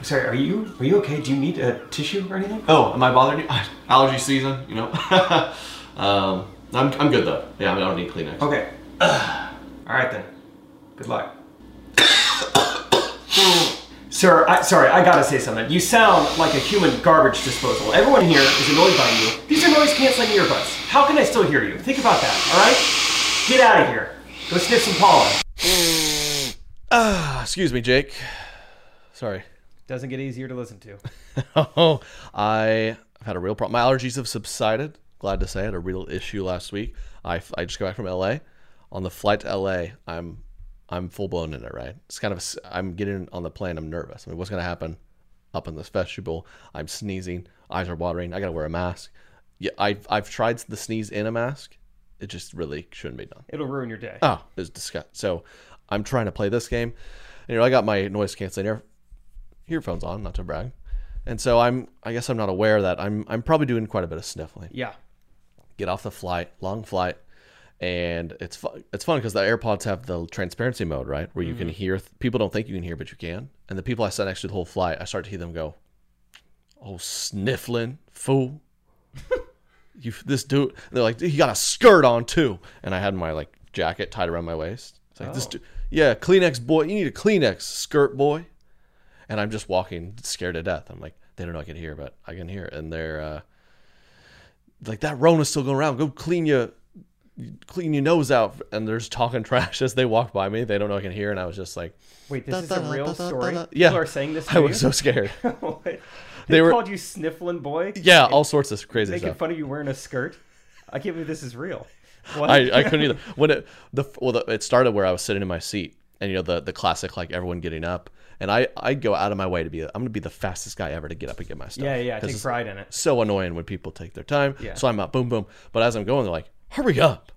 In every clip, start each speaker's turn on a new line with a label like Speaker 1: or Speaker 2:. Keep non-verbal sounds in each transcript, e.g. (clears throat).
Speaker 1: Sorry, are you are you okay? Do you need a tissue or anything?
Speaker 2: Oh, am I bothering you? (laughs) Allergy season, you know. (laughs) um, I'm, I'm good though. Yeah, I don't need Kleenex.
Speaker 1: Okay. All right then. Good luck. (coughs) Sir, I, sorry, I gotta say something. You sound like a human garbage disposal. Everyone here is annoyed by you. These are noise canceling earbuds. How can I still hear you? Think about that. All right. Get out of here. Go sniff some pollen.
Speaker 2: Ah, excuse me, Jake. Sorry.
Speaker 1: Doesn't get easier to listen to.
Speaker 2: (laughs) Oh, I have had a real problem. My allergies have subsided. Glad to say, I had a real issue last week. I, I just got back from LA. On the flight to LA, I'm I'm full blown in it. Right? It's kind of a s- I'm getting on the plane. I'm nervous. I mean, what's gonna happen up in this festival? I'm sneezing. Eyes are watering. I gotta wear a mask. Yeah, I've I've tried the sneeze in a mask. It just really shouldn't be done.
Speaker 1: It'll ruin your day.
Speaker 2: Oh, it's disgust. So I'm trying to play this game. And, you know, I got my noise canceling ear- earphones on, not to brag. And so I'm, I guess I'm not aware that I'm, I'm probably doing quite a bit of sniffling.
Speaker 1: Yeah.
Speaker 2: Get off the flight, long flight, and it's fun. It's fun because the AirPods have the transparency mode, right, where you can hear. Th- people don't think you can hear, but you can. And the people I sat next to the whole flight, I start to hear them go, "Oh, sniffling fool." you this dude and they're like he got a skirt on too and i had my like jacket tied around my waist it's like this dude yeah kleenex boy you need a kleenex skirt boy and i'm just walking scared to death i'm like they don't know i can hear but i can hear and they're uh like that rona's still going around go clean your clean your nose out and they're just talking (laughs) trash as they walk by me they don't know i can hear and i was just like (laughs)
Speaker 1: Wait, this is a real story.
Speaker 2: yeah
Speaker 1: People are saying this. To
Speaker 2: i was
Speaker 1: (laughs) you?
Speaker 2: so scared (laughs)
Speaker 1: What? they
Speaker 2: They were-
Speaker 1: called you sniffling boy.
Speaker 2: yeah all sorts of crazy
Speaker 1: making
Speaker 2: stuff
Speaker 1: fun of you wearing a skirt. I can't believe this is real.
Speaker 2: (laughs)
Speaker 1: What?
Speaker 2: I, I couldn't either. When it the well, the, it started where I was sitting in my seat, and you know the the classic like everyone getting up, and I I go out of my way to be I'm gonna be the fastest guy ever to get up and get my stuff.
Speaker 1: yeah, yeah. I
Speaker 2: 'Cause
Speaker 1: take
Speaker 2: it's
Speaker 1: pride in it.
Speaker 2: So annoying when people take their time.
Speaker 1: Yeah.
Speaker 2: So I'm up, boom, boom. But as I'm going, they're like, "Hurry up!"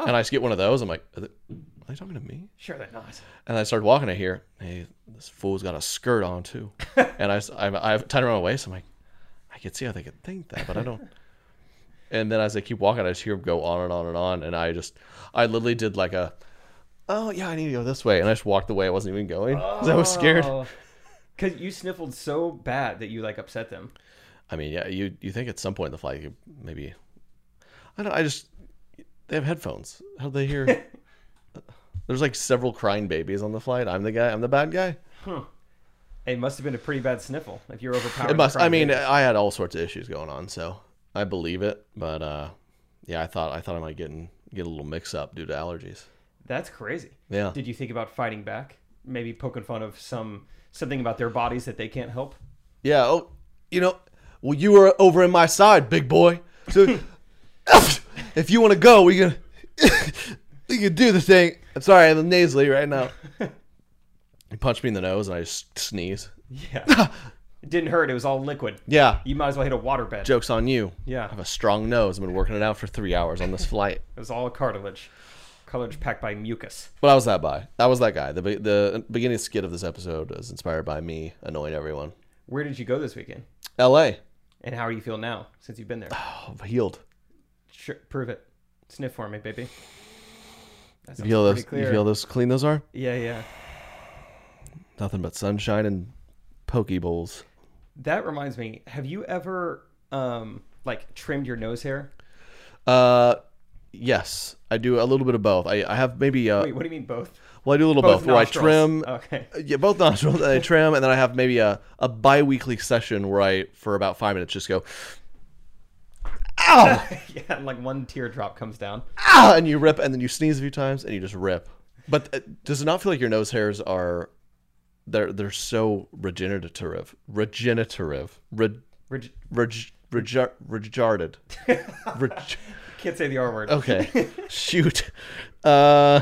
Speaker 1: Oh.
Speaker 2: And I just get one of those. I'm like, "Are they, are they talking to me?"
Speaker 1: Sure, they're not.
Speaker 2: And I started walking. I hear, "Hey, this fool's got a skirt on too," and I s- I'm- I have tied around my waist. I'm like, I could see how they could think that, but I don't. and then as I keep walking, I just hear him go on and on and on, and I just, I literally did like a, oh yeah, I need to go this way, and I just walked the way I wasn't even going 'cause I was scared.
Speaker 1: Oh. Because you sniffled so bad that you like upset them.
Speaker 2: I mean, yeah, you you think at some point in the flight, you maybe, I don't, I just, they have headphones. How do they hear? There's like several crying babies on the flight. I'm the guy. I'm the bad guy.
Speaker 1: It must have been a pretty bad sniffle if you're overpowered.
Speaker 2: It must.
Speaker 1: and
Speaker 2: I mean, uh,
Speaker 1: crying.
Speaker 2: I had all sorts of issues going on, so I believe it. But uh, yeah, I thought I thought I might get in, get a little mix up due to allergies.
Speaker 1: that's crazy.
Speaker 2: Yeah.
Speaker 1: Did you think about fighting back? Maybe poking fun of some something about their bodies that they can't help.
Speaker 2: Yeah. Oh, you know, well, you were over in my side, big boy. (laughs) So if you want to go, we can (laughs) we can do the thing. I'm sorry, I'm nasally right (laughs) now. He punched me in the nose, and I just sneeze. (laughs)
Speaker 1: Yeah. it didn't hurt. It was all liquid.
Speaker 2: Yeah.
Speaker 1: You might as well hit a waterbed.
Speaker 2: Jokes on you.
Speaker 1: Yeah.
Speaker 2: I have a strong nose. I've been working it out for three hours on this flight.
Speaker 1: It was all cartilage. Cartilage packed by mucus.
Speaker 2: But I was that by. I was that guy. The be- the beginning skit of this episode was inspired by me annoying everyone.
Speaker 1: Where did you go this weekend?
Speaker 2: L.A.
Speaker 1: And how do you feel now since you've been there?
Speaker 2: Oh, healed.
Speaker 1: Sure, prove it. Sniff for me, baby. That
Speaker 2: You
Speaker 1: sounds
Speaker 2: feel, those,
Speaker 1: pretty
Speaker 2: you
Speaker 1: clear.
Speaker 2: feel those clean those are?
Speaker 1: Yeah, yeah.
Speaker 2: Nothing but sunshine and pokey bowls.
Speaker 1: That reminds me. Have you ever um like trimmed your nose hair?
Speaker 2: Uh, yes, I do a little bit of both. I, I have maybe uh,
Speaker 1: Wait, what do you mean both?
Speaker 2: well, I do a little both, where I
Speaker 1: nostrils. Oh.
Speaker 2: trim.
Speaker 1: Okay. (laughs)
Speaker 2: Yeah, both (laughs) nostrils. I trim, and then I have maybe a a biweekly session where I for about five minutes just go, ow,
Speaker 1: yeah, and, like one teardrop comes down.
Speaker 2: ow, Ah, and you rip, and then you sneeze a few times, and you just rip. But uh, does it not feel like your nose hairs are? They're they're so regenerative, regenerative, re,
Speaker 1: Reg-
Speaker 2: reg, regar,
Speaker 1: (laughs)
Speaker 2: regarded. Reg-
Speaker 1: Can't say the R
Speaker 2: Oh.
Speaker 1: word.
Speaker 2: Okay. Shoot. Uh,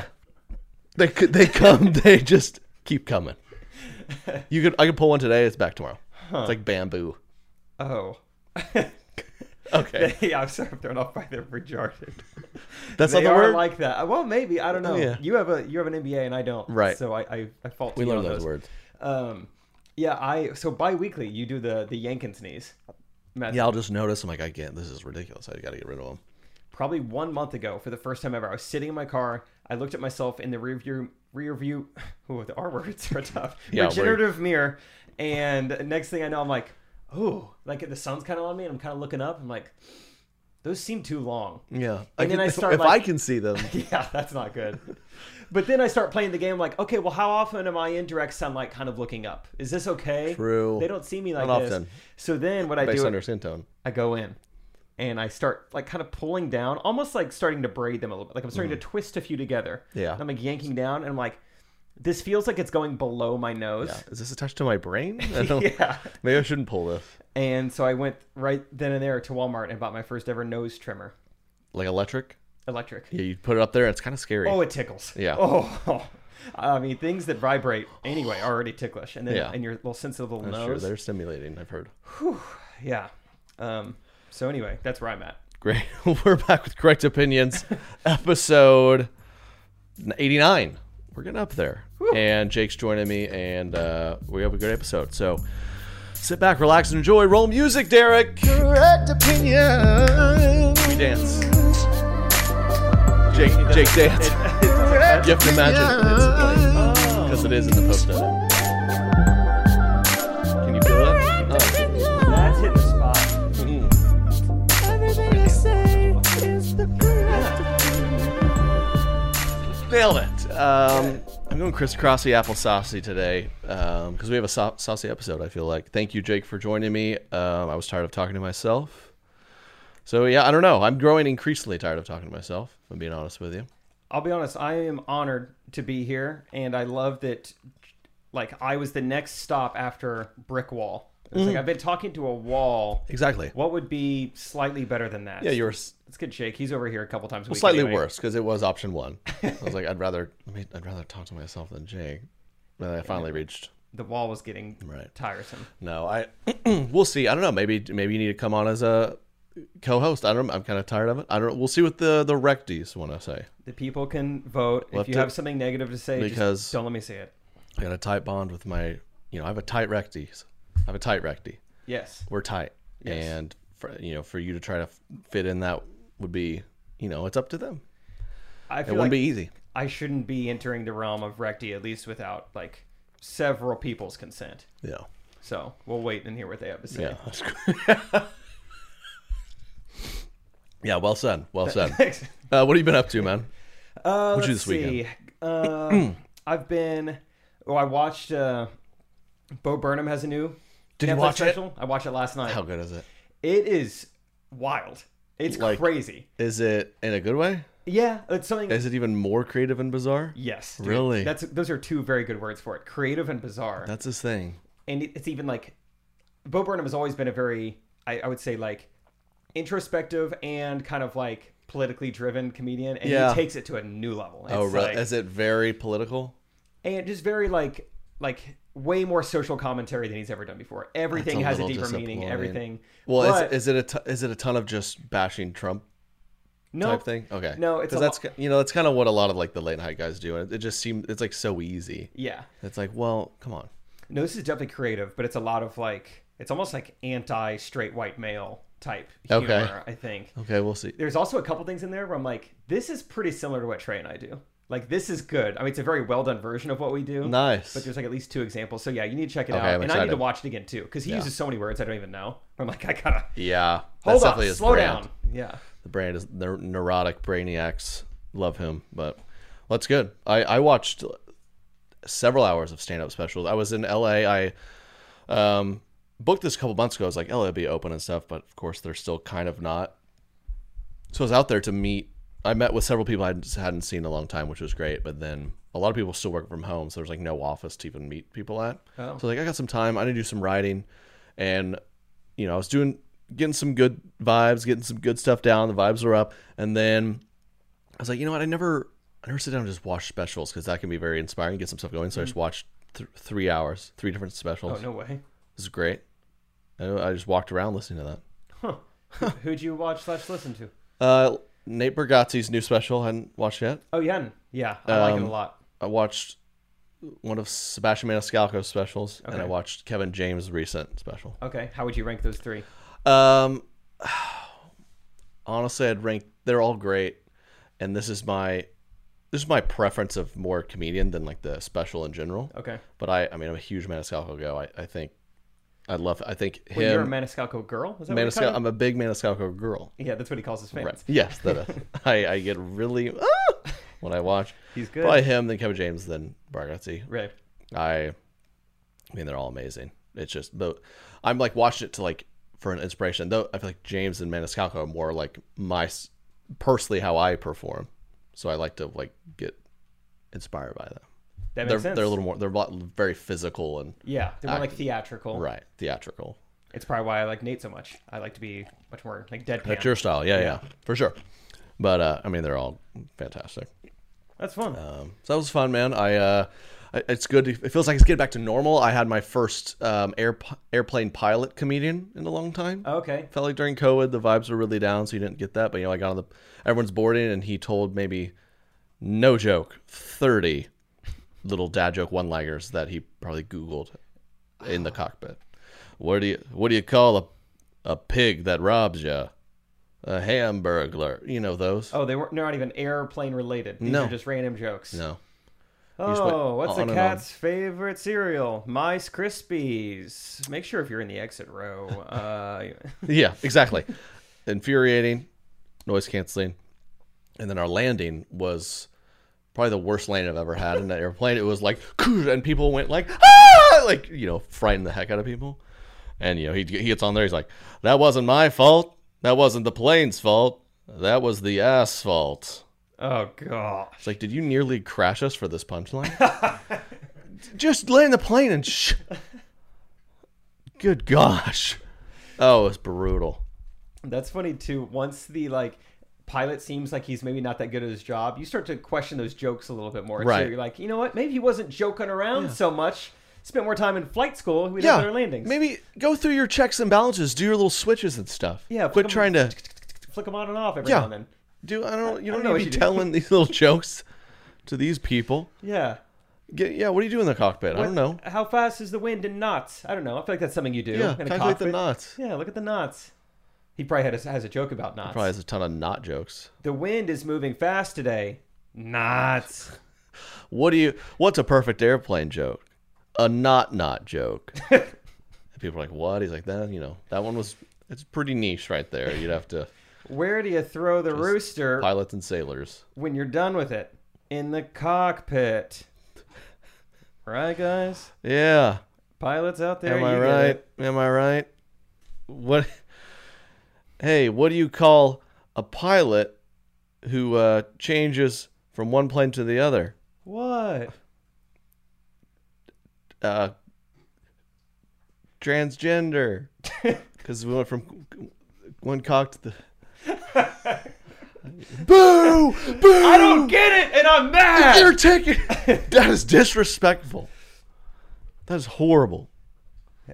Speaker 2: they c- they come. (laughs) They just keep coming. You could I could pull one today. It's back tomorrow. It's
Speaker 1: (laughs)
Speaker 2: like bamboo.
Speaker 1: Oh. (laughs)
Speaker 2: Okay,
Speaker 1: yeah, I'm sorry, I'm thrown off by the retarded.
Speaker 2: that's
Speaker 1: They
Speaker 2: not the
Speaker 1: are
Speaker 2: word. Oh,
Speaker 1: like that. Uh, Well, maybe I don't know.
Speaker 2: yeah.
Speaker 1: You have a you have an MBA and I don't.
Speaker 2: Right.
Speaker 1: So I I, I fault.
Speaker 2: we
Speaker 1: you
Speaker 2: learned
Speaker 1: on
Speaker 2: those, words.
Speaker 1: Um, yeah, I so bi-weekly you do the the yank and sneeze. Method.
Speaker 2: Yeah, I'll just notice. I'm like, I can't. This is ridiculous. I got to get rid of them.
Speaker 1: Probably one month ago, for the first time ever, I was sitting in my car. I looked at myself in the rear view rear (laughs) view. Oh, the R words are tough.
Speaker 2: (laughs) Yeah, we're-
Speaker 1: Regenerative mirror, and next thing I know, I'm like, oh, like the sun's kind of on me, and I'm kind of looking up. I'm like, those seem too long. (laughs)
Speaker 2: Yeah,
Speaker 1: And then I
Speaker 2: if,
Speaker 1: start,
Speaker 2: if
Speaker 1: like-
Speaker 2: I can
Speaker 1: (laughs)
Speaker 2: see them.
Speaker 1: Yeah, that's not
Speaker 2: (laughs)
Speaker 1: good. but then I start playing the game like, okay, well, how often am I in direct sunlight kind of looking up? Is this okay?
Speaker 2: True.
Speaker 1: They don't see me like
Speaker 2: Not
Speaker 1: this.
Speaker 2: often.
Speaker 1: So then what I
Speaker 2: Based
Speaker 1: do,
Speaker 2: on their skin tone.
Speaker 1: I go in and I start like kind of pulling down, almost like starting to braid them a little bit. Like I'm starting to twist a few together.
Speaker 2: Mm. Yeah.
Speaker 1: And I'm like yanking down and I'm like, this feels like it's going below my nose.
Speaker 2: Is this attached to my brain?
Speaker 1: (laughs)
Speaker 2: I don't,
Speaker 1: Yeah.
Speaker 2: Maybe I shouldn't pull this.
Speaker 1: And so I went right then and there to Walmart and bought my first ever nose trimmer,
Speaker 2: Like electric.
Speaker 1: electric.
Speaker 2: Yeah, you put it up there. It's kind of scary.
Speaker 1: Oh, it tickles.
Speaker 2: Yeah.
Speaker 1: (laughs) Oh, I mean, things that vibrate anyway are already ticklish, and then
Speaker 2: Yeah.
Speaker 1: and your little sensitive little
Speaker 2: sure,
Speaker 1: nose.
Speaker 2: they're stimulating. I've heard.
Speaker 1: yeah. Um. So anyway, that's where I'm at.
Speaker 2: Great. (laughs) We're back with correct opinions, episode eighty-nine. We're getting up there, and Jake's joining me, and uh, we have a good episode. So sit back, relax, and enjoy. Roll music, Derek. Correct opinion. We dance. Jake, Jake dance. you have to imagine it's playing because it is in the post edit. Can you feel it? Oh, it's-
Speaker 1: That's hit the spot.
Speaker 2: Nailed it. Um, I'm going crisscrossy applesaucy today because we have a sau- saucy episode. I feel like. Thank you, Jake, for joining me. Um, I was tired of talking to myself. So yeah, I don't know. I'm growing increasingly tired of talking to myself. If I'm being honest with you.
Speaker 1: I'll be honest. I am honored to be here, and I love that. Like I was the next stop after brick wall. It's
Speaker 2: Mm.
Speaker 1: like I've been talking to a wall.
Speaker 2: Exactly.
Speaker 1: What would be slightly better than that?
Speaker 2: Yeah, you were s-
Speaker 1: Let's get Jake. He's over here a couple times. A week
Speaker 2: slightly
Speaker 1: anyway.
Speaker 2: worse because it was option one. I was like, I'd rather, let me, I'd rather talk to myself than Jake. But I finally reached
Speaker 1: The wall was getting
Speaker 2: Right.
Speaker 1: tiresome.
Speaker 2: No, I (clears throat) we'll see. I don't know. Maybe maybe you need to come on as a co-host. I don't. I'm kind of tired of it. I don't. We'll see what the the recties want to say.
Speaker 1: The people can vote. if
Speaker 2: Left
Speaker 1: you
Speaker 2: it-
Speaker 1: have something negative to say,
Speaker 2: because-
Speaker 1: just don't let me see it.
Speaker 2: I got a tight bond with my. You know, I have a tight recties. I have a tight recty.
Speaker 1: Yes.
Speaker 2: We're tight,
Speaker 1: Yes.
Speaker 2: and for, you know, for you to try to f- fit in that would be, you know, it's up to them.
Speaker 1: I
Speaker 2: It
Speaker 1: feel
Speaker 2: wouldn't
Speaker 1: like
Speaker 2: be easy.
Speaker 1: I shouldn't be entering the realm of recti at least without like several people's consent.
Speaker 2: Yeah.
Speaker 1: So we'll wait and hear what they have to say.
Speaker 2: Yeah. (laughs) That's good. yeah. Well said. Well said.
Speaker 1: (laughs)
Speaker 2: (laughs)
Speaker 1: Thanks.
Speaker 2: Uh, what have you been up to, man?
Speaker 1: Uh,
Speaker 2: What'd you
Speaker 1: let's
Speaker 2: do
Speaker 1: see.
Speaker 2: this
Speaker 1: Uh, (clears throat) I've been. Oh, I watched. Uh, Bo Burnham has a new.
Speaker 2: Did you
Speaker 1: Netflix
Speaker 2: watch it?
Speaker 1: special. I watched it last night.
Speaker 2: How good is it?
Speaker 1: It is wild. It's
Speaker 2: Like-
Speaker 1: crazy.
Speaker 2: Is it in a good way?
Speaker 1: Yeah, it's something.
Speaker 2: Is it even more creative and bizarre?
Speaker 1: yes, dude.
Speaker 2: Really?
Speaker 1: That's those are two very good words for it. Creative and bizarre.
Speaker 2: That's his thing.
Speaker 1: and it- it's even like Bo Burnham has always been a very, I, I would say, like introspective and kind of like politically driven comedian, and
Speaker 2: Yeah.
Speaker 1: he takes it to a new level. It's
Speaker 2: Oh, right.
Speaker 1: like-
Speaker 2: Is it very political?
Speaker 1: and just very like like way more social commentary than he's ever done before. Everything
Speaker 2: That's a
Speaker 1: has a
Speaker 2: little
Speaker 1: deeper meaning.
Speaker 2: disappointing.
Speaker 1: Everything.
Speaker 2: Well,
Speaker 1: But-
Speaker 2: is, is it a t- is it a ton of just bashing Trump
Speaker 1: no,
Speaker 2: type thing? Oh. Okay,
Speaker 1: No, it's
Speaker 2: 'Cause
Speaker 1: a
Speaker 2: that's ki- you know that's kind of what a lot of like the late night guys do, and it just seemed it's like so easy.
Speaker 1: Yeah.
Speaker 2: It's like, well, come on,
Speaker 1: No, this is definitely creative, but it's a lot of like it's almost like anti straight white male type humor.
Speaker 2: Okay.
Speaker 1: I think
Speaker 2: Okay, we'll see.
Speaker 1: there's also a couple things in there where I'm like, this is pretty similar to what Trey and I do. Like this is good. I mean, it's a very well done version of what we do.
Speaker 2: Nice.
Speaker 1: But there's like at least two examples. So yeah, you need to check it
Speaker 2: Okay,
Speaker 1: out,
Speaker 2: I'm
Speaker 1: and I need to
Speaker 2: excited.
Speaker 1: watch it again too because he uses so many words I don't even know. I'm like, I gotta
Speaker 2: Yeah,
Speaker 1: hold on,
Speaker 2: definitely his
Speaker 1: slow
Speaker 2: brand.
Speaker 1: down. Yeah.
Speaker 2: The brand is neur- neurotic brainiacs. Love him, but well, that's good. I I watched several hours of stand up specials. I was in L.A. I um booked this a couple months ago. I was like, L.A. will be open and stuff, but of course they're still kind of not. So I was out there to meet. I met with several people I just hadn't seen in a long time, which was great. But then a lot of people still work from home, so there's like no office to even meet people at.
Speaker 1: Oh.
Speaker 2: So like I got some time. I need to do some writing, and you know I was doing getting some good vibes, getting some good stuff down. The vibes were up, and then I was like, you know what? I never, I never sit down and just watch specials because that can be very inspiring, get some stuff going. So I just watched th- three hours, three different specials.
Speaker 1: Mm-hmm. Oh no way.
Speaker 2: This is great. I, I just walked around listening to that.
Speaker 1: Who'd you watch slash listen to?
Speaker 2: Uh, Nate Bargatze's new special I hadn't watched yet.
Speaker 1: Oh Yen. Yeah, I like it a
Speaker 2: Um,
Speaker 1: lot.
Speaker 2: I watched one of Sebastian Maniscalco's specials, and I
Speaker 1: Okay.
Speaker 2: watched Kevin James' recent special.
Speaker 1: Okay, how would you rank those three?
Speaker 2: Um, (sighs) honestly, I'd rank. They're all great, and this is my this is my preference of more comedian than like the special in general.
Speaker 1: Okay.
Speaker 2: But I, I mean, I'm a huge Maniscalco go. I, I think I love. I think
Speaker 1: Well, you're a
Speaker 2: him.
Speaker 1: Maniscalco girl. Is that what you
Speaker 2: Maniscal- I'm a big Maniscalco girl.
Speaker 1: Yeah, that's what he calls his fans.
Speaker 2: Right. Yes, that I, I get
Speaker 1: (laughs)
Speaker 2: really ah, when I watch.
Speaker 1: He's good.
Speaker 2: Probably him, then Kevin James, then Bargatze.
Speaker 1: Right.
Speaker 2: I, I mean, they're all amazing. It's just, but I'm like watching it to like for an inspiration. Though I feel like James and Maniscalco are more like my s- personally how I perform, so I like to like get inspired by them.
Speaker 1: That
Speaker 2: They're
Speaker 1: makes sense.
Speaker 2: they're a little more they're a lot, very physical and
Speaker 1: Yeah, they're more like theatrical.
Speaker 2: right theatrical.
Speaker 1: It's probably why I like Nate so much. I like to be much more like deadpan.
Speaker 2: That's your style, yeah, yeah, for sure. But uh, I mean, they're all fantastic.
Speaker 1: That's fun.
Speaker 2: Um, so that was fun, man. I, uh, I- it's good. to- it feels like it's getting back to normal. I had my first um, air, airplane pilot comedian in a long time.
Speaker 1: okay.
Speaker 2: felt like during COVID the vibes were really down, so you didn't get that. But you know, I got on the everyone's boarding, and he told maybe no joke thirty little dad joke one lagers that he probably googled in the cockpit. What do you what do you call a a pig that robs you? A hamburglar? You know those?
Speaker 1: Oh, they weren't they're not even airplane related. These
Speaker 2: No.
Speaker 1: are just random jokes.
Speaker 2: No. just went
Speaker 1: Oh, what's
Speaker 2: on
Speaker 1: a
Speaker 2: and on.
Speaker 1: cat's favorite cereal? Mice Krispies. Make sure if you're in the exit row. Uh,
Speaker 2: Yeah, exactly. Infuriating, noise canceling, and then our landing was probably the worst landing I've ever had in an airplane. It was like, and people went like, ah, like you know, frightened the heck out of people. And you know, he he gets on there, he's like, that wasn't my fault. That wasn't the plane's fault. That was the asphalt.
Speaker 1: oh god.
Speaker 2: It's like, did you nearly crash us for this punchline? Just land the plane and sh. Good gosh. Oh, it's brutal.
Speaker 1: That's funny too. Once the like pilot seems like he's maybe not that good at his job, you start to question those jokes a little bit more.
Speaker 2: Right.
Speaker 1: Too. You're like, you know what? Maybe he wasn't joking around so much. Spent more time in flight school. We did better landings.
Speaker 2: Maybe go through your checks and balances, do your little switches and stuff.
Speaker 1: Yeah, put
Speaker 2: Quit
Speaker 1: 'em- (laughs)
Speaker 2: trying to
Speaker 1: flick them on and off every
Speaker 2: Yeah.
Speaker 1: now and then.
Speaker 2: do I don't you don't,
Speaker 1: know what
Speaker 2: need
Speaker 1: you
Speaker 2: to
Speaker 1: do.
Speaker 2: be telling these little jokes to these people.
Speaker 1: Yeah.
Speaker 2: Get, yeah, what do you do in the cockpit? I don't know.
Speaker 1: How fast is the wind in knots? I don't know. I feel like that's something you do.
Speaker 2: Yeah,
Speaker 1: in a
Speaker 2: calculate the
Speaker 1: cockpit.
Speaker 2: knots.
Speaker 1: Yeah, look at the knots. He probably had a, has a joke about knots.
Speaker 2: Probably has a ton of knot jokes.
Speaker 1: The wind is moving fast today.
Speaker 2: (laughs)
Speaker 1: Knots.
Speaker 2: What do you what's a perfect airplane joke? A knot
Speaker 1: (laughs)
Speaker 2: knot joke. and people are like, What? He's like, that you know, that one was it's pretty niche right there. You'd have
Speaker 1: (laughs)
Speaker 2: to
Speaker 1: Where do you throw the rooster
Speaker 2: pilots and sailors.
Speaker 1: when you're done with it? In the cockpit. Right, guys?
Speaker 2: Yeah.
Speaker 1: Pilots out there.
Speaker 2: Am
Speaker 1: you
Speaker 2: I
Speaker 1: get
Speaker 2: right?
Speaker 1: it.
Speaker 2: Am I right? What? (laughs) Hey, what do you call a pilot who uh, changes from one plane to the other?
Speaker 1: What?
Speaker 2: Uh,
Speaker 1: (laughs)
Speaker 2: transgender, because we went from one
Speaker 1: (laughs)
Speaker 2: cock to the. boo! Boo!
Speaker 1: I don't get it, and I'm
Speaker 2: You're
Speaker 1: mad.
Speaker 2: taking. (laughs) That is disrespectful. That is horrible.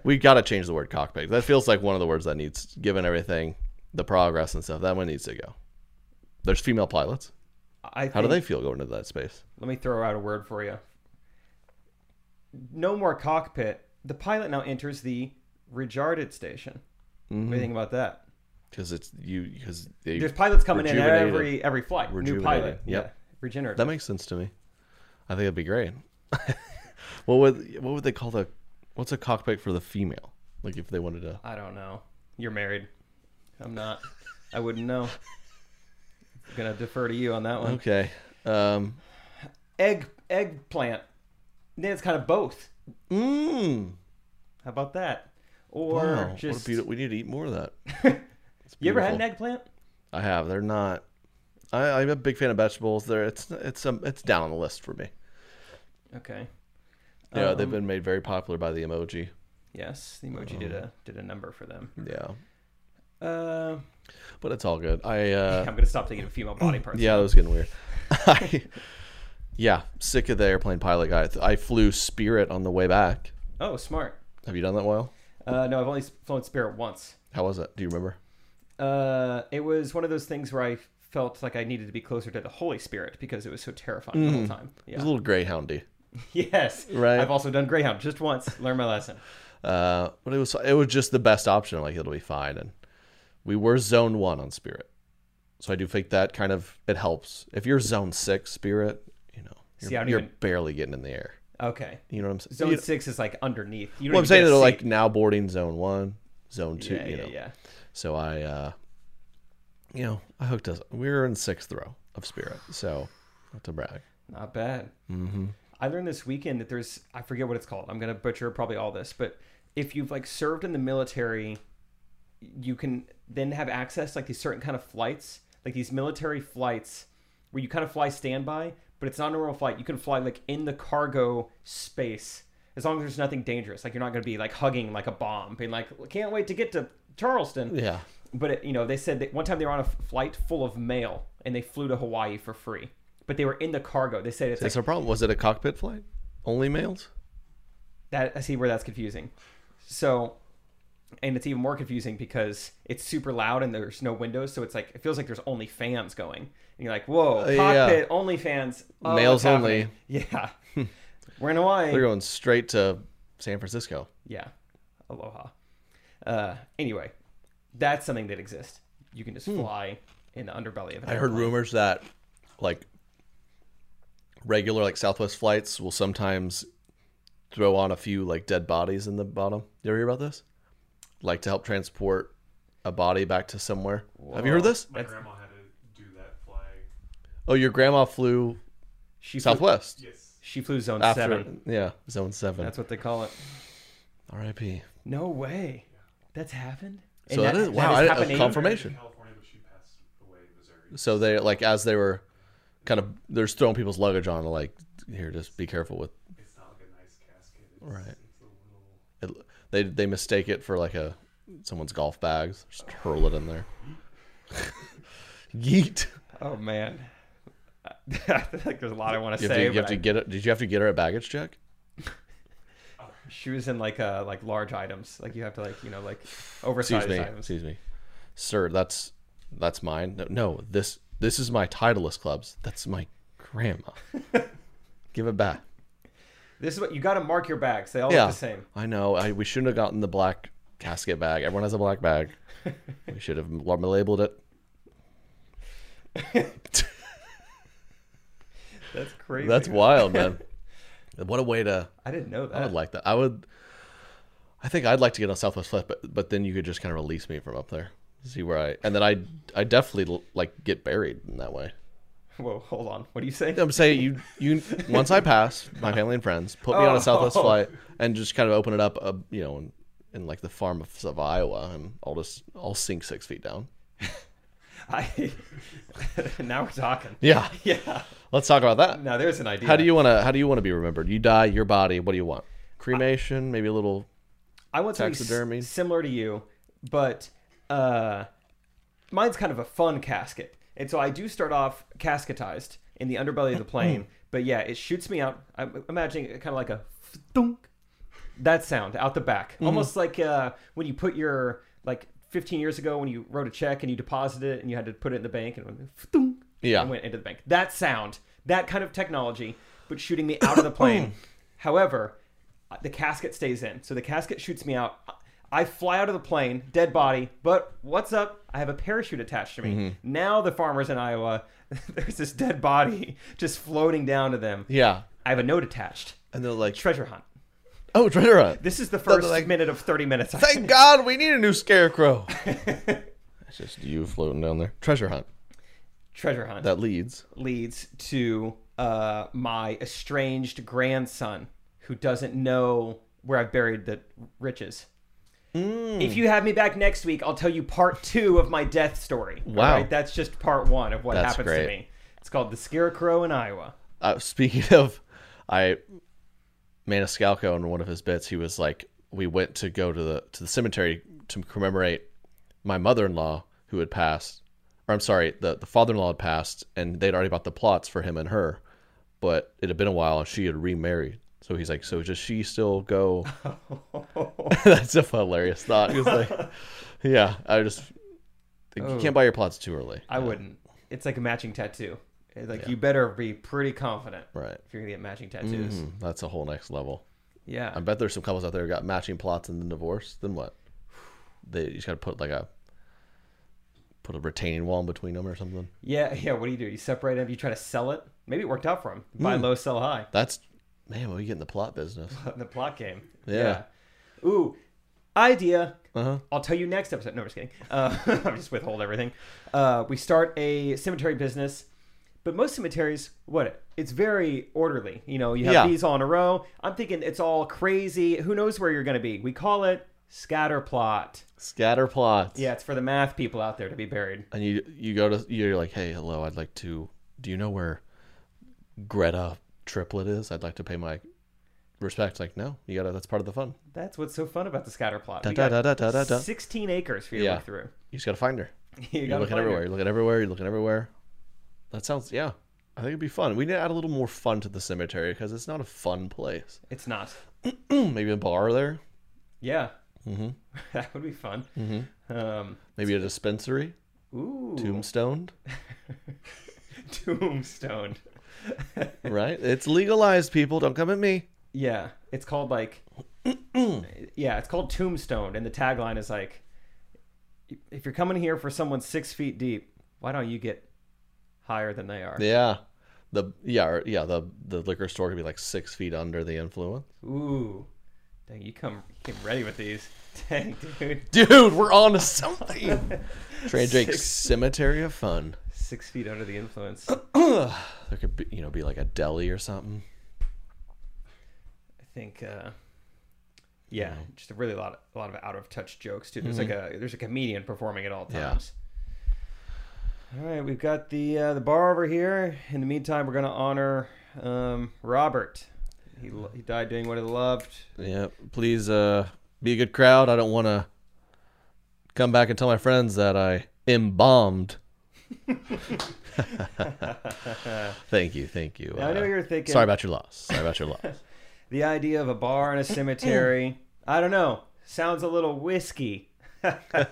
Speaker 2: We got to change the word cockpit. That feels like one of the words that needs, given everything, the progress and stuff, that one needs to go. There's female pilots.
Speaker 1: I
Speaker 2: How do
Speaker 1: think-
Speaker 2: they feel going into that space?
Speaker 1: Let me throw out a word for you. No more
Speaker 2: Mm-hmm.
Speaker 1: cockpit. The pilot now enters the regarded station. What do you think about that?
Speaker 2: because it's you because
Speaker 1: There's pilots coming in every every flight. New
Speaker 2: Rejuvenated,
Speaker 1: pilot.
Speaker 2: yep.
Speaker 1: Regenerative.
Speaker 2: That makes sense to me. I think that'd be great. (laughs) what would what would they call the what's a cockpit for the female? Like if they wanted to
Speaker 1: I don't know. You're married. I'm not. I wouldn't
Speaker 2: (laughs)
Speaker 1: know. I'm gonna defer to you on that one.
Speaker 2: Okay. Um
Speaker 1: Egg eggplant. Yeah, it's kind of both.
Speaker 2: mm,
Speaker 1: How about that? Or
Speaker 2: wow, what
Speaker 1: just
Speaker 2: a beauti- we need to eat more of that. It's
Speaker 1: (laughs) you ever had an
Speaker 2: beautiful.
Speaker 1: eggplant?
Speaker 2: I have. They're not I, I'm a big fan of vegetables. They're it's it's um it's down on the list for me.
Speaker 1: Okay.
Speaker 2: Yeah,
Speaker 1: Um,
Speaker 2: they've been made very popular by the emoji.
Speaker 1: Yes, the emoji did
Speaker 2: Uh-huh.
Speaker 1: a did a number for them.
Speaker 2: Yeah.
Speaker 1: Uh,
Speaker 2: But it's all good.
Speaker 1: (laughs)
Speaker 2: I uh
Speaker 1: I'm gonna stop thinking of female
Speaker 2: (clears throat)
Speaker 1: body parts.
Speaker 2: Yeah, that was getting weird. (laughs) I, yeah, sick of the airplane pilot guy. I flew Spirit on the way back.
Speaker 1: Oh, smart.
Speaker 2: Have you done that while?
Speaker 1: Uh, no, I've only flown Spirit once.
Speaker 2: How was it? Do you remember?
Speaker 1: Uh, it was one of those things where I felt like I needed to be closer to the Holy Spirit because it was so terrifying the whole time.
Speaker 2: It was
Speaker 1: Yeah.
Speaker 2: a little greyhoundy.
Speaker 1: yes.
Speaker 2: Mm. Right.
Speaker 1: I've also done Greyhound just once. Learn my lesson.
Speaker 2: Uh, but it was it was just the best option. Like it'll be fine. And we were zone one on Spirit, so I do think that kind of it helps. If you're zone six Spirit, you know you're,
Speaker 1: See, I don't
Speaker 2: you're
Speaker 1: even-
Speaker 2: barely getting in the air.
Speaker 1: Okay.
Speaker 2: You know what I'm saying?
Speaker 1: Zone
Speaker 2: You know-
Speaker 1: six is like underneath. You
Speaker 2: well, I'm
Speaker 1: even
Speaker 2: saying
Speaker 1: get a
Speaker 2: they're
Speaker 1: seat.
Speaker 2: like now boarding zone one, zone two.
Speaker 1: yeah,
Speaker 2: you
Speaker 1: yeah,
Speaker 2: know.
Speaker 1: yeah.
Speaker 2: So I, uh, you know, I hooked us. We were in sixth row of Spirit, so not to brag.
Speaker 1: Not bad. Mm-hmm. I learned this weekend that there's I forget what it's called. I'm gonna butcher probably all this, but if you've like served in the military, you can then have access like these certain kind of flights, like these military flights where you kind of fly standby, but it's not a normal flight. You can fly like in the cargo space as long as there's nothing dangerous. Like you're not gonna be like hugging like a bomb, being like can't wait to get to Charleston
Speaker 2: Yeah.
Speaker 1: but it, you know they said that one time they were on a f- flight full of mail and they flew to Hawaii for free, but they were in the cargo. They said it's
Speaker 2: That's
Speaker 1: like
Speaker 2: our problem. Was it a cockpit flight? Only males?
Speaker 1: that. I see where that's confusing. So, and it's even more confusing because it's super loud and there's no windows, so it's like it feels like there's only fans going, and you're like, whoa, cockpit
Speaker 2: Uh, yeah.
Speaker 1: only fans, oh,
Speaker 2: Males
Speaker 1: what's happening? (laughs)
Speaker 2: only.
Speaker 1: Yeah,
Speaker 2: (laughs)
Speaker 1: we're in Hawaii.
Speaker 2: They're going straight to San Francisco.
Speaker 1: Yeah. Aloha. Uh, anyway, that's something that exists. You can just fly in the underbelly of an
Speaker 2: Hmm. I heard rumors that like regular like Southwest flights will sometimes throw on a few like dead bodies in the bottom. You ever hear about this? Like to help transport a body back to somewhere. Have you heard this?
Speaker 3: My
Speaker 1: That's-
Speaker 3: grandma had to do that flying.
Speaker 2: Oh, your grandma flew
Speaker 1: She flew-
Speaker 2: Southwest
Speaker 3: Yes.
Speaker 1: She flew zone
Speaker 2: after
Speaker 1: seven.
Speaker 2: yeah, zone 7.
Speaker 1: That's what they call it.
Speaker 2: RIP.
Speaker 1: No way. That's happened.
Speaker 2: So that is- wow, I didn't- confirmation.
Speaker 3: In California, but she passed away in Missouri.
Speaker 2: So they like as they were kind of they're throwing people's luggage on like here just be careful with
Speaker 3: It's not like a nice casket. It's,
Speaker 2: Right.
Speaker 3: It's a little.
Speaker 2: it, they they mistake it for like a someone's golf bags just hurl it in there. (laughs) Yeet.
Speaker 1: Oh man. (laughs) I feel like there's a lot I want
Speaker 2: You
Speaker 1: to
Speaker 2: have to,
Speaker 1: say.
Speaker 2: you have
Speaker 1: but
Speaker 2: to
Speaker 1: I-
Speaker 2: get it. Did you have to get her a baggage check?
Speaker 1: she was in like uh like large items. Like you have to like you know like oversized
Speaker 2: Excuse me.
Speaker 1: items.
Speaker 2: Excuse me, sir. That's that's mine. No, no this this is my Titleist clubs. That's my
Speaker 1: (laughs)
Speaker 2: grandma. Give it back.
Speaker 1: This is what you got to mark your bags. They all
Speaker 2: yeah,
Speaker 1: look the same.
Speaker 2: I know. I, we shouldn't have gotten the black casket bag. Everyone has a
Speaker 1: (laughs)
Speaker 2: black bag. we should have labeled it.
Speaker 1: That's crazy.
Speaker 2: That's
Speaker 1: (laughs)
Speaker 2: wild, man. what a way to.
Speaker 1: I didn't know that.
Speaker 2: I would like that. I would. I think I'd like to get on Southwest Flight, but but then you could just kind of release me from up there, see where I, and then I I definitely l- like get buried in that way.
Speaker 1: Whoa, hold on. What do you say?
Speaker 2: I'm saying you you once I pass my family and friends, put me on
Speaker 1: Oh.
Speaker 2: a Southwest flight and just kind of open it up, uh, you know, in, in like the farm of, of Iowa, and I'll just I'll sink six feet down.
Speaker 1: (laughs) I (laughs) now we're talking.
Speaker 2: Yeah,
Speaker 1: Yeah.
Speaker 2: (laughs) let's talk about that.
Speaker 1: Now there's an idea.
Speaker 2: How do you want to how do you want to be remembered? You die, your body. What do you want? Cremation, maybe a little.
Speaker 1: I want something
Speaker 2: Taxidermy.
Speaker 1: s- similar to you, but uh, mine's kind of a fun casket. And so I do start off casketized in the underbelly
Speaker 2: Mm-hmm.
Speaker 1: of the plane. but yeah, it shoots me out. I'm imagining kind of like a thunk, that sound out the back,
Speaker 2: Mm-hmm.
Speaker 1: almost like uh, when you put your like 15 years ago when you wrote a check and you deposited it and you had to put it in the bank and it went thunk.
Speaker 2: Yeah.
Speaker 1: and went into the bank. That sound, that kind of technology, but shooting
Speaker 2: (coughs)
Speaker 1: uh, me out of the plane. However, the casket stays in. So the casket shoots me out. I- I fly out of the plane, dead body. But what's up? I have a parachute attached to me.
Speaker 2: Mm-hmm.
Speaker 1: Now the farmers in Iowa, (laughs) there's this dead body (laughs) just floating down to them.
Speaker 2: Yeah.
Speaker 1: I have a note attached.
Speaker 2: And they're like,
Speaker 1: Treasure hunt.
Speaker 2: oh, treasure hunt.
Speaker 1: This is the first
Speaker 2: like-
Speaker 1: minute of 30 minutes.
Speaker 2: Thank God we need a new (laughs) scarecrow. it's just you floating down there. Treasure hunt.
Speaker 1: Treasure hunt
Speaker 2: That leads.
Speaker 1: leads to uh, my estranged grandson who doesn't know where I've buried the riches.
Speaker 2: Hmm.
Speaker 1: If you have me back next week, I'll tell you part two of my death story. All
Speaker 2: Wow.
Speaker 1: That's just part one of what
Speaker 2: That's
Speaker 1: happens
Speaker 2: great.
Speaker 1: to me. It's called The Scarecrow in Iowa.
Speaker 2: uh, speaking (laughs) of, I Maniscalco in one of his bits, he was like, "We went to go to the to the cemetery to commemorate my mother-in-law who had passed, or I'm sorry, the the father-in-law had passed, and they'd already bought the plots for him and her, but it had been a while, and she had remarried." So he's like, so does she still go? (laughs) That's a hilarious thought. He was like, yeah, I just think you can't buy your plots too early.
Speaker 1: I wouldn't. It's like a matching tattoo. Like, you better be pretty confident
Speaker 2: Right.
Speaker 1: if you're going to get matching tattoos.
Speaker 2: Mm, That's a whole next level.
Speaker 1: Yeah.
Speaker 2: I bet there's some couples out there who got matching plots and then divorce. Then what? They you just gotta put like a put a retaining wall in between them or something.
Speaker 1: Yeah. Yeah. What do you do? You separate them? You try to sell it? Maybe it worked out for him.
Speaker 2: Hmm.
Speaker 1: Buy low, sell high.
Speaker 2: That's man, we get in the plot (laughs) business.
Speaker 1: the plot game.
Speaker 2: Yeah.
Speaker 1: Ooh, idea.
Speaker 2: Uh-huh.
Speaker 1: I'll tell you next episode. No, I'm just kidding. Uh, (laughs) I'm just withhold everything. Uh, we start a cemetery business, but most cemeteries, what? It's very orderly. You know, you have
Speaker 2: Yeah.
Speaker 1: these all in a row. I'm thinking it's all crazy. Who knows where you're going to be? We call it scatter plot.
Speaker 2: Scatter plots.
Speaker 1: Yeah, it's for the math people out there to be buried.
Speaker 2: And you you go to you're like, hey, hello, I'd like to do you know where Greta triplet is? I'd like to pay my respects. Like, no, you gotta that's part of the fun.
Speaker 1: That's what's so fun about the scatter plot.
Speaker 2: Da,
Speaker 1: We
Speaker 2: da,
Speaker 1: got
Speaker 2: da, da, da, da.
Speaker 1: 16 acres for you to
Speaker 2: Yeah.
Speaker 1: look through. (laughs)
Speaker 2: You just gotta find her.
Speaker 1: You
Speaker 2: You're
Speaker 1: gotta
Speaker 2: looking
Speaker 1: find her.
Speaker 2: everywhere. You're looking everywhere. You're looking everywhere. That sounds yeah. I think it'd be fun. We need to add a little more fun to the cemetery because it's not a fun place. Hmm,
Speaker 1: It's not.
Speaker 2: Maybe a bar there.
Speaker 1: Yeah. Mm-hmm. (laughs) that would be fun. Mm-hmm. Um,
Speaker 2: Maybe a dispensary.
Speaker 1: ooh.
Speaker 2: Tombstoned.
Speaker 1: Tombstone.
Speaker 2: Right. It's legalized. People don't come at me.
Speaker 1: Yeah, it's called like. yeah, it's called Tombstone, and the tagline is like, "If you're coming here for someone six feet deep, why don't you get higher than they are?"
Speaker 2: Yeah. The yeah or, yeah the the liquor store could be like six feet under the influence.
Speaker 1: Ooh, dang, you come you came ready with these, (laughs) dang dude,
Speaker 2: Dude, we're on
Speaker 1: (laughs)
Speaker 2: to something. Trey Jake's
Speaker 1: Six.
Speaker 2: cemetery of fun.
Speaker 1: six feet under the influence.
Speaker 2: There could be you know be like a deli or something.
Speaker 1: I think. uh yeah, just a really lot, a lot of out of touch jokes too. There's like a there's a comedian performing at all
Speaker 2: Mm-hmm. Yeah.
Speaker 1: times. All right, we've got the uh, the bar over here. In the meantime, we're gonna honor um, Robert. He, lo- he died doing what he loved.
Speaker 2: Yeah, please uh, be a good crowd. I don't want to come back and tell my friends that I embalmed. (laughs) thank you, thank you.
Speaker 1: Now, I know
Speaker 2: Uh,
Speaker 1: you're thinking
Speaker 2: Sorry about your loss. Sorry
Speaker 1: (laughs)
Speaker 2: about your loss.
Speaker 1: the idea of a bar and a
Speaker 2: (laughs)
Speaker 1: cemetery. I don't know. Sounds a little whiskey. (laughs) Come
Speaker 2: Sorry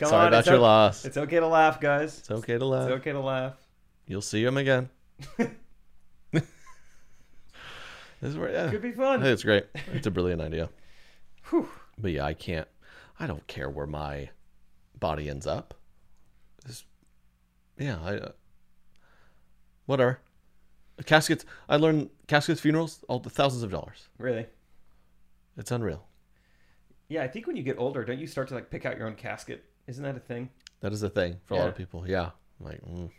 Speaker 2: about
Speaker 1: it's
Speaker 2: your
Speaker 1: o-
Speaker 2: loss. It's
Speaker 1: It's okay to laugh, guys. It's
Speaker 2: okay to laugh.
Speaker 1: okay to laugh.
Speaker 2: You'll see him
Speaker 1: (laughs)
Speaker 2: again. (laughs) this is where, yeah.
Speaker 1: Could be fun.
Speaker 2: Hey, it's great. It's a brilliant idea.
Speaker 1: (laughs) Whew.
Speaker 2: But yeah, I can't. I don't care where my body ends up. It's- yeah, I. Uh, whatever. Caskets. I learned caskets, funerals, all the thousands of dollars.
Speaker 1: Really.
Speaker 2: It's unreal.
Speaker 1: Yeah, I think when you get older, don't you start to like pick out your own casket? Isn't that a thing?
Speaker 2: That is a thing for a lot of
Speaker 1: Yeah.
Speaker 2: people. Yeah, I'm like mm,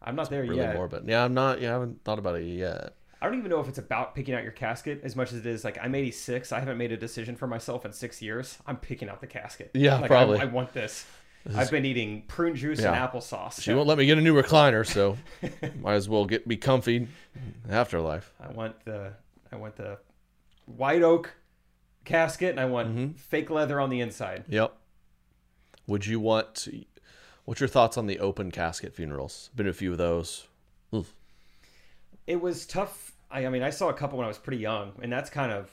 Speaker 1: I'm not there
Speaker 2: really
Speaker 1: yet.
Speaker 2: morbid. Yeah, I'm not. Yeah, I haven't thought about it yet.
Speaker 1: I don't even know if it's about picking out your casket as much as it is like I'm 86. I haven't made a decision for myself in six years. I'm picking out the casket.
Speaker 2: Yeah,
Speaker 1: Like, I-
Speaker 2: probably.
Speaker 1: I, want this. I've been eating prune juice
Speaker 2: Yeah.
Speaker 1: and applesauce.
Speaker 2: She won't let me get a new recliner,
Speaker 1: (laughs)
Speaker 2: so might as well get be comfy. in the Afterlife.
Speaker 1: I want the I want the white oak casket, and I want
Speaker 2: Mm-hmm.
Speaker 1: fake leather on the inside.
Speaker 2: Yep. Would you want? To, what's your thoughts on the open casket funerals? Been to a few of those. Oof.
Speaker 1: It was tough. I, I mean, I saw a couple when I was pretty young, and that's kind of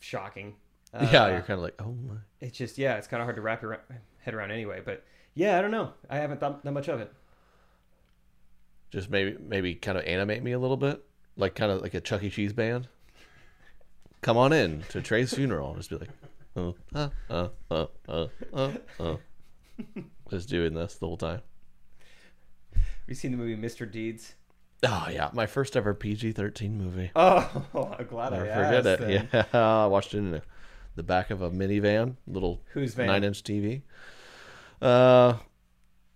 Speaker 1: shocking. Uh,
Speaker 2: yeah, you're kind of like, oh my.
Speaker 1: it's just yeah, it's kind of hard to wrap your head around anyway. But yeah, I don't know. I haven't thought that much of it.
Speaker 2: Just maybe, maybe kind of animate me a little bit, like kind of like a Chuck E. Cheese band. Come on in to Trey's funeral. Just be like, uh, uh, uh, uh, uh, uh, uh. Just doing this the whole time.
Speaker 1: Have you seen the movie Mr. Deeds? (laughs)
Speaker 2: Oh yeah, my first ever PG thirteen movie.
Speaker 1: Oh, I'm glad
Speaker 2: Never
Speaker 1: I asked
Speaker 2: forget it. (laughs)
Speaker 1: then.
Speaker 2: Yeah, I watched it in a, the back of a minivan, little
Speaker 1: Whose van?
Speaker 2: nine inch TV. Uh, (sighs)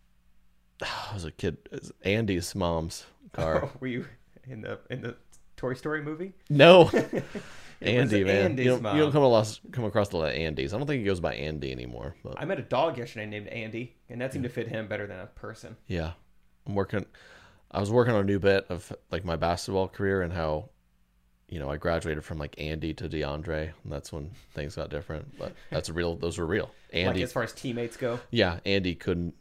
Speaker 2: I was a kid. It was Andy's mom's car.
Speaker 1: (laughs) Were you in the in the Toy Story movie?
Speaker 2: (laughs)
Speaker 1: (laughs)
Speaker 2: No, Andy,
Speaker 1: was
Speaker 2: man.
Speaker 1: Andy's
Speaker 2: you, don't,
Speaker 1: mom.
Speaker 2: you don't come across come across a lot of Andy's. I don't think he goes by Andy anymore. But
Speaker 1: I met a dog yesterday named Andy, and that seemed to fit him better than a person.
Speaker 2: yeah, I'm working. I was working on a new bit of like my basketball career and how, you know, I graduated from like Andy to DeAndre, and that's when things got different. But that's real. Those were real. Andy
Speaker 1: Like as far as teammates go,
Speaker 2: Yeah, Andy couldn't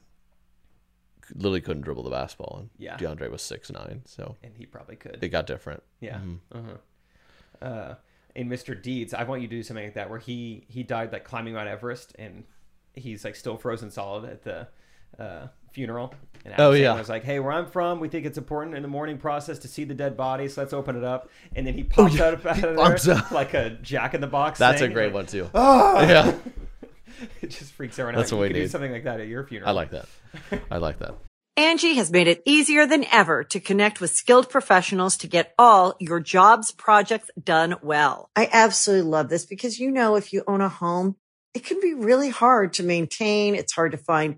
Speaker 2: literally couldn't dribble the basketball, and
Speaker 1: Yeah.
Speaker 2: DeAndre was six nine, so
Speaker 1: and he probably could.
Speaker 2: it got different.
Speaker 1: Yeah.
Speaker 2: Mm-hmm.
Speaker 1: Uh-huh. Uh, in Mr. Deeds, I want you to do something like that, where he he died like climbing Mount Everest, and he's like still frozen solid at the uh, funeral. And Adam
Speaker 2: Oh, yeah.
Speaker 1: Sandler was like, "Hey, where I'm from, we think it's important in the mourning process to see the dead body, so let's open it up." And then he pops
Speaker 2: Oh, yeah.
Speaker 1: out
Speaker 2: (laughs)
Speaker 1: of, out
Speaker 2: He
Speaker 1: of
Speaker 2: pops
Speaker 1: there
Speaker 2: out.
Speaker 1: like a Jack in the Box.
Speaker 2: That's
Speaker 1: thing.
Speaker 2: a
Speaker 1: Like,
Speaker 2: great one too. (laughs) Yeah,
Speaker 1: (laughs) It just freaks everyone
Speaker 2: That's
Speaker 1: out.
Speaker 2: what
Speaker 1: you
Speaker 2: we
Speaker 1: could do
Speaker 2: need.
Speaker 1: something like that at your funeral.
Speaker 2: I like that. I like that.
Speaker 4: Angie has made it easier than ever to connect with skilled professionals to get all your jobs projects done well. I absolutely love this because, you know, if you own a home, it can be really hard to maintain. It's hard to find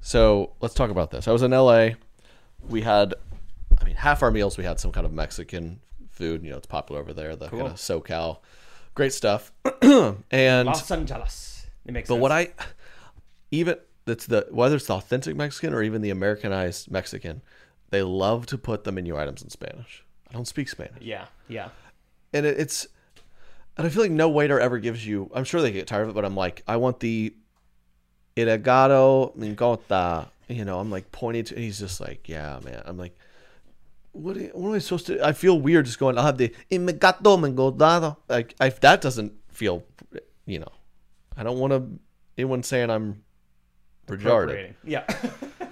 Speaker 2: so let's talk about this. I was in LA. We had, I mean, half our meals we had some kind of Mexican food. You know, it's popular over there. The kind of SoCal, great stuff. (clears throat) and
Speaker 1: Los Angeles. It makes
Speaker 2: But
Speaker 1: sense.
Speaker 2: what I even that's the whether it's the authentic Mexican or even the Americanized Mexican, they love to put the menu items in Spanish. I don't speak Spanish,
Speaker 1: yeah, yeah.
Speaker 2: and it, it's and I feel like no waiter ever gives you. I'm sure they get tired of it, but I'm like, I want the irrigado mingota. You know, I'm like pointing to, and he's just like, yeah, man. I'm like. What, do- what am I supposed to? I feel weird just going. I'll have the imigato mingotado. Like if that doesn't feel, you know, I don't want to anyone saying I'm retarded.
Speaker 1: Appropriating. Yeah.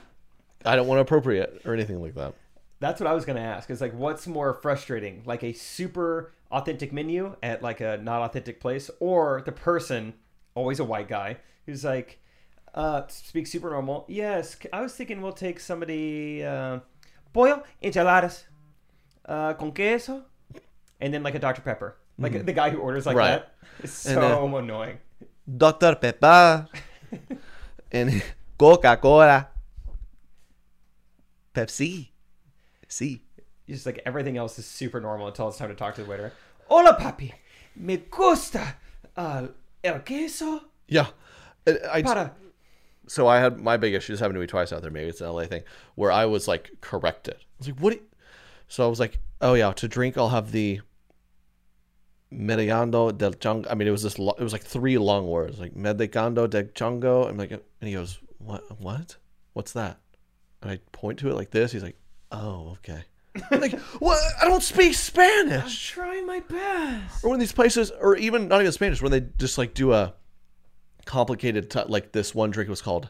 Speaker 1: (laughs)
Speaker 2: I don't want to appropriate or anything like that.
Speaker 1: That's what I was gonna ask. Is like, what's more frustrating, like a super authentic menu at like a not authentic place, or the person, always a white guy, who's like, uh, speaks super normal. Yes, c- I was thinking we'll take somebody uh, pollo enchiladas, uh, con queso, and then like a Dr Pepper. Like the guy who orders like
Speaker 2: Hmm. Right.
Speaker 1: that is so
Speaker 2: And, uh,
Speaker 1: annoying.
Speaker 2: Dr. Pepper and Coca Cola, Pepsi, see.
Speaker 1: just like everything else is super normal until it's time to talk to the waiter. Hola, papi. Me gusta uh, el queso
Speaker 2: Yeah. I- I-
Speaker 1: para.
Speaker 2: so I had my big issue. This happened to me twice out there. Maybe it's an LA thing where I was like corrected. I was like, "What?" do you-" So I was like, "Oh yeah, to drink, I'll have the medicando del chongo." I mean, it was this. Lo- it was like three long words, like medicando del chongo. I'm like, and he goes, "What? What? What's that?" And I point to it like this. He's like, "Oh, okay." I'm like, what? I don't speak Spanish
Speaker 1: Try my best.
Speaker 2: or when these places, or even not even Spanish, when they just like do a complicated, t- like this one drink was called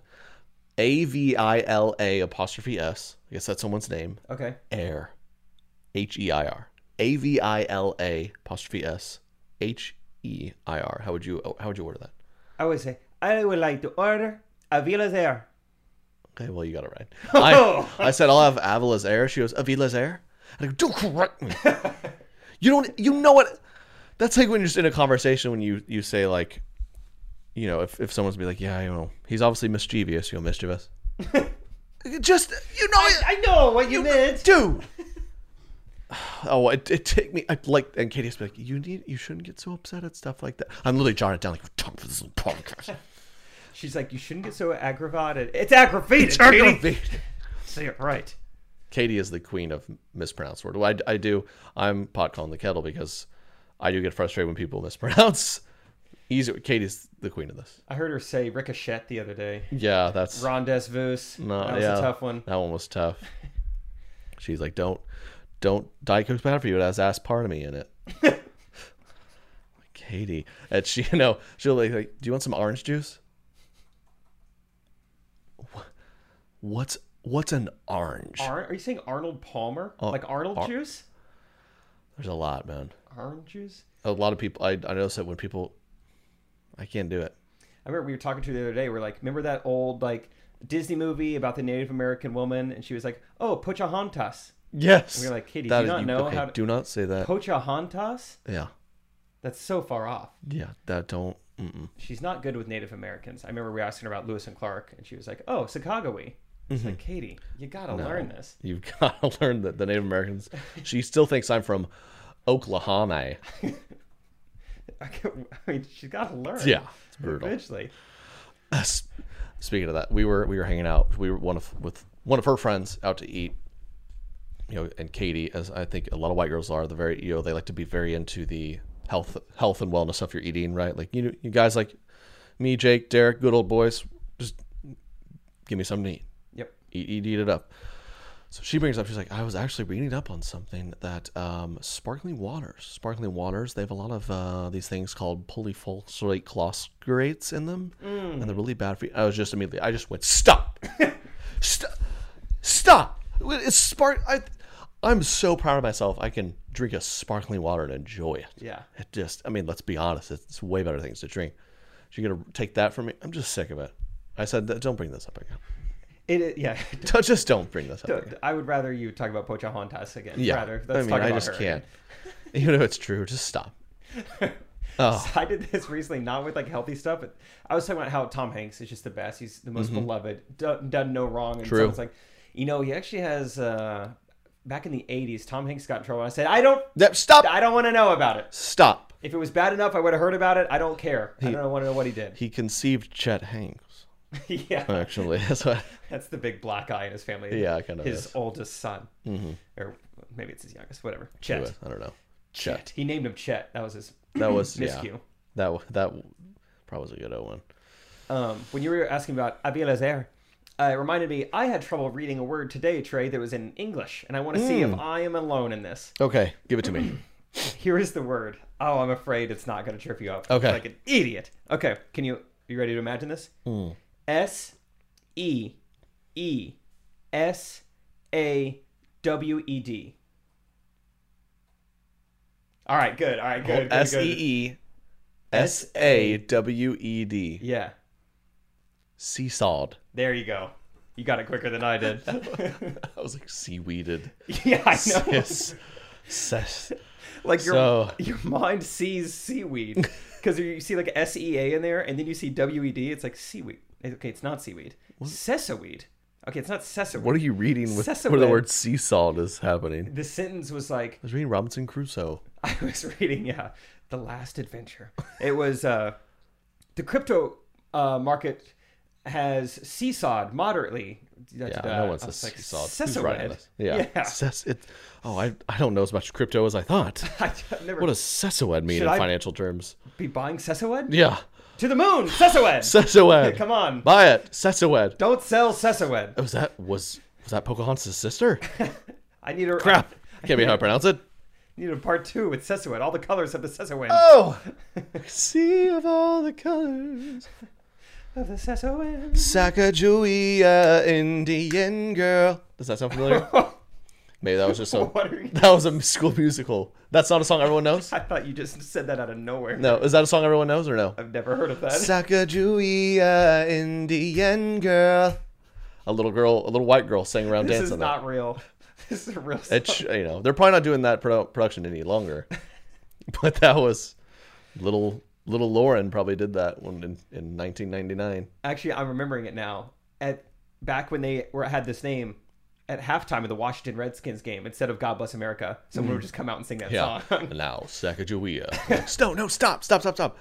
Speaker 2: A V I L A apostrophe S. I guess that's someone's name.
Speaker 1: Okay.
Speaker 2: Air, H E I R, A V I L A apostrophe S, H E I R. How would you how would you order that?
Speaker 1: I would say, I would like to order Avila's Air.
Speaker 2: Okay, well you got it
Speaker 1: (laughs)
Speaker 2: right. I, I said I'll have Avila's air. She goes Avila's air. I go, don't
Speaker 1: (laughs)
Speaker 2: correct me. you don't. You know what? That's like when you're just in a conversation when you you say like, you know, if, if someone's be like, yeah, you know, he's obviously mischievous, you
Speaker 1: (laughs)
Speaker 2: know, mischievous. Just you know, it-
Speaker 1: I know what you meant. (laughs)
Speaker 2: dude. Oh, it, it take me I, like, and Katie's be like, you need, you shouldn't get so upset at stuff like that. I'm literally jotting it down like, "Tom, this is
Speaker 1: (laughs)
Speaker 2: a podcast.
Speaker 1: She's like, you shouldn't get so aggravated. It's aggravated. It's Say it right.
Speaker 2: Katie is the queen of mispronounced word. I, I do. I'm pot calling the kettle because I do get frustrated when people (laughs) mispronounce. Easy. Katie's the queen of this.
Speaker 1: I heard her say ricochet the other day.
Speaker 2: Yeah, that's
Speaker 1: Rondes Vus.
Speaker 2: no,
Speaker 1: that was
Speaker 2: yeah,
Speaker 1: a tough one.
Speaker 2: That one was
Speaker 1: (laughs)
Speaker 2: tough. She's like, don't, don't. Diet Coke's bad for you. It has ass part of me in it.
Speaker 1: (laughs)
Speaker 2: Katie, and she, (laughs) you know, she'll be like, do you want some orange juice? Wha- What's what's an orange?
Speaker 1: Ar- are you saying Arnold Palmer? like Arnold
Speaker 2: Uh, Ar-
Speaker 1: juice?
Speaker 2: There's a lot, man.
Speaker 1: Orange juice?
Speaker 2: a lot of people I, I notice that when people I can't do it.
Speaker 1: I remember we were talking to her the other day. We're like, remember that old like Disney movie about the Native American woman? And she was like, oh, Pocahontas.
Speaker 2: Yes.
Speaker 1: We were like, Katie,
Speaker 2: That
Speaker 1: do you not
Speaker 2: is-
Speaker 1: know how to...
Speaker 2: do not say that.
Speaker 1: Pocahontas?
Speaker 2: yeah.
Speaker 1: That's so far off.
Speaker 2: Yeah. That don't mm-mm.
Speaker 1: She's not good with Native Americans. I remember we asked her about Lewis and Clark, and she was like, oh, Sacagawea. It's
Speaker 2: Mm-hmm.
Speaker 1: like, Katie, you gotta learn this. (laughs)
Speaker 2: You've (laughs) got to learn that the Native Americans she still thinks I'm from
Speaker 1: (laughs)
Speaker 2: Oklahoma.
Speaker 1: I can't- I mean, she's gotta learn.
Speaker 2: Yeah. It's brutal.
Speaker 1: Eventually.
Speaker 2: S- Speaking of that, we were we were hanging out. We were one of with one of her friends out to eat. You know, and Katie, as I think a lot of white girls are, the very you know they like to be very into the health health and wellness stuff you're eating, right? Like you you guys like me, Jake, Derek, good old boys, just give me something to eat
Speaker 1: Yep.
Speaker 2: eat, e, eat, eat it up. So she brings up, she's like, I was actually reading up on something that um, sparkling waters, sparkling waters, they have a lot of uh, these things called polyphosphate chloroscurates in them, and they're really bad for you. I was just immediately, I just went, stop, stop, stop. It's spark. I, I'm so proud of myself. I can drink a sparkling water and enjoy it.
Speaker 1: Yeah.
Speaker 2: It just, I mean, let's be honest, it's way better things to drink. She's gonna take that from me. I'm just sick of it. I said, don't bring this up again.
Speaker 1: It is, yeah. (laughs)
Speaker 2: (laughs) Don't- just don't bring this up. again.
Speaker 1: I would rather you talk about Pocahontas again.
Speaker 2: Yeah,
Speaker 1: Rather,
Speaker 2: I
Speaker 1: let's
Speaker 2: mean,
Speaker 1: talk
Speaker 2: I
Speaker 1: about
Speaker 2: just
Speaker 1: her. (laughs)
Speaker 2: can't. (laughs) Even if it's true, just stop. Oh.
Speaker 1: I did this recently, not with like healthy stuff, but I was talking about how Tom Hanks is just the best. He's the most beloved, done, done no wrong. And
Speaker 2: Mm-hmm. True.
Speaker 1: someone's like, you know, he actually has. Uh, back in the '80s, Tom Hanks got in trouble. I said, I don't,
Speaker 2: Yep, stop.
Speaker 1: I don't want to know about it.
Speaker 2: Stop.
Speaker 1: If it was bad enough, I would have heard about it. I don't care. I don't want to know what he did.
Speaker 2: (laughs) He conceived Chet Hanks.
Speaker 1: yeah,
Speaker 2: Actually, (laughs) that's what.
Speaker 1: that's the big black eye in his family.
Speaker 2: Yeah, it kind of
Speaker 1: His
Speaker 2: is.
Speaker 1: oldest son, mm-hmm. or maybe it's his youngest. Whatever. Chet.
Speaker 2: I don't know. Chet.
Speaker 1: He named him Chet. That was (clears throat) his (laughs)
Speaker 2: That was yeah.
Speaker 1: miscue.
Speaker 2: That w- that w- probably was a good old one.
Speaker 1: um, when you were asking about Avilazer, uh, it reminded me I had trouble reading a word today, Trey, that was in English, and I want to see
Speaker 2: Mm.
Speaker 1: if I am alone in this.
Speaker 2: Okay, give it to me.
Speaker 1: Here is the word. Oh, I'm afraid it's not going to trip you up.
Speaker 2: Okay.
Speaker 1: like an idiot. Okay, can you you ready to imagine this?
Speaker 2: Hmm.
Speaker 1: S E E S A W E D. All right, good. All right,
Speaker 2: (clears throat)
Speaker 1: good. good,
Speaker 2: S
Speaker 1: good.
Speaker 2: E E S A W E D.
Speaker 1: Yeah,
Speaker 2: Seesawed.
Speaker 1: there you go. You got it quicker than I did.
Speaker 2: (laughs)
Speaker 1: (laughs)
Speaker 2: I was like seaweeded.
Speaker 1: yeah, I know.
Speaker 2: Yes. Ses-
Speaker 1: Like your
Speaker 2: So-
Speaker 1: (laughs) your mind sees seaweed
Speaker 2: (laughs)
Speaker 1: because you see like S E A in there, and then you see W E D. It's like seaweed. Okay, it's not seaweed. Sesaweed. Okay, it's not sesaweed.
Speaker 2: What are you reading with where the
Speaker 1: Sesame.
Speaker 2: word seesawed is happening? I
Speaker 1: The sentence was like (laughs)
Speaker 2: was reading Robinson Crusoe.
Speaker 1: I was reading. Yeah, the last adventure. It was uh, the crypto uh, market has seesawed moderately.
Speaker 2: Yeah, no one says
Speaker 1: like,
Speaker 2: seesawed. Who's
Speaker 1: Sesaweed.
Speaker 2: writing this? Yeah.
Speaker 1: Yeah. (laughs)
Speaker 2: Ses- it, oh, I, I don't know as much crypto as I thought. (laughs)
Speaker 1: I've never
Speaker 2: What does Sesawed mean
Speaker 1: Should
Speaker 2: in
Speaker 1: I-
Speaker 2: financial terms?
Speaker 1: be buying Sesawed?
Speaker 2: Yeah.
Speaker 1: To the moon, Sesawed. (laughs)
Speaker 2: Sesawed.
Speaker 1: Come on.
Speaker 2: Buy it. Sesawed.
Speaker 1: Don't sell Sesawed.
Speaker 2: Was that was was that
Speaker 1: (laughs)
Speaker 2: Pocahontas' sister?
Speaker 1: I need a
Speaker 2: Crap. Can't be how I pronounce it.
Speaker 1: You know, part two with Sesawin, all the colors of the Sesawin.
Speaker 2: Oh Sea of all the colors.
Speaker 1: Of the Sesawin.
Speaker 2: Sacagawea uh, Indian girl. Does that sound
Speaker 1: (laughs)
Speaker 2: familiar? Maybe that was just some
Speaker 1: (laughs) What are you- (laughs)
Speaker 2: that was a school musical. That's not a song everyone knows?
Speaker 1: I thought you just said that out of nowhere.
Speaker 2: No. Is that a song everyone knows or no?
Speaker 1: I've never heard of that.
Speaker 2: Sacagawea Indian girl. A little girl, a little white girl sang
Speaker 1: (laughs)
Speaker 2: around
Speaker 1: this is
Speaker 2: dancing. that.
Speaker 1: not real. (laughs) This is a real
Speaker 2: It
Speaker 1: song.
Speaker 2: sh- you (laughs) know, they're probably not doing that produ- production any longer. but that was little Little Lauren probably did that one in, in 1999.
Speaker 1: Actually, I'm remembering it now. At back when they were had this name at halftime of the Washington Redskins game, instead of God Bless America, someone would just come out and sing that
Speaker 2: Mm. Yeah.
Speaker 1: song. (laughs)
Speaker 2: now Sacagawea. (laughs) no, no, stop, stop, stop, stop.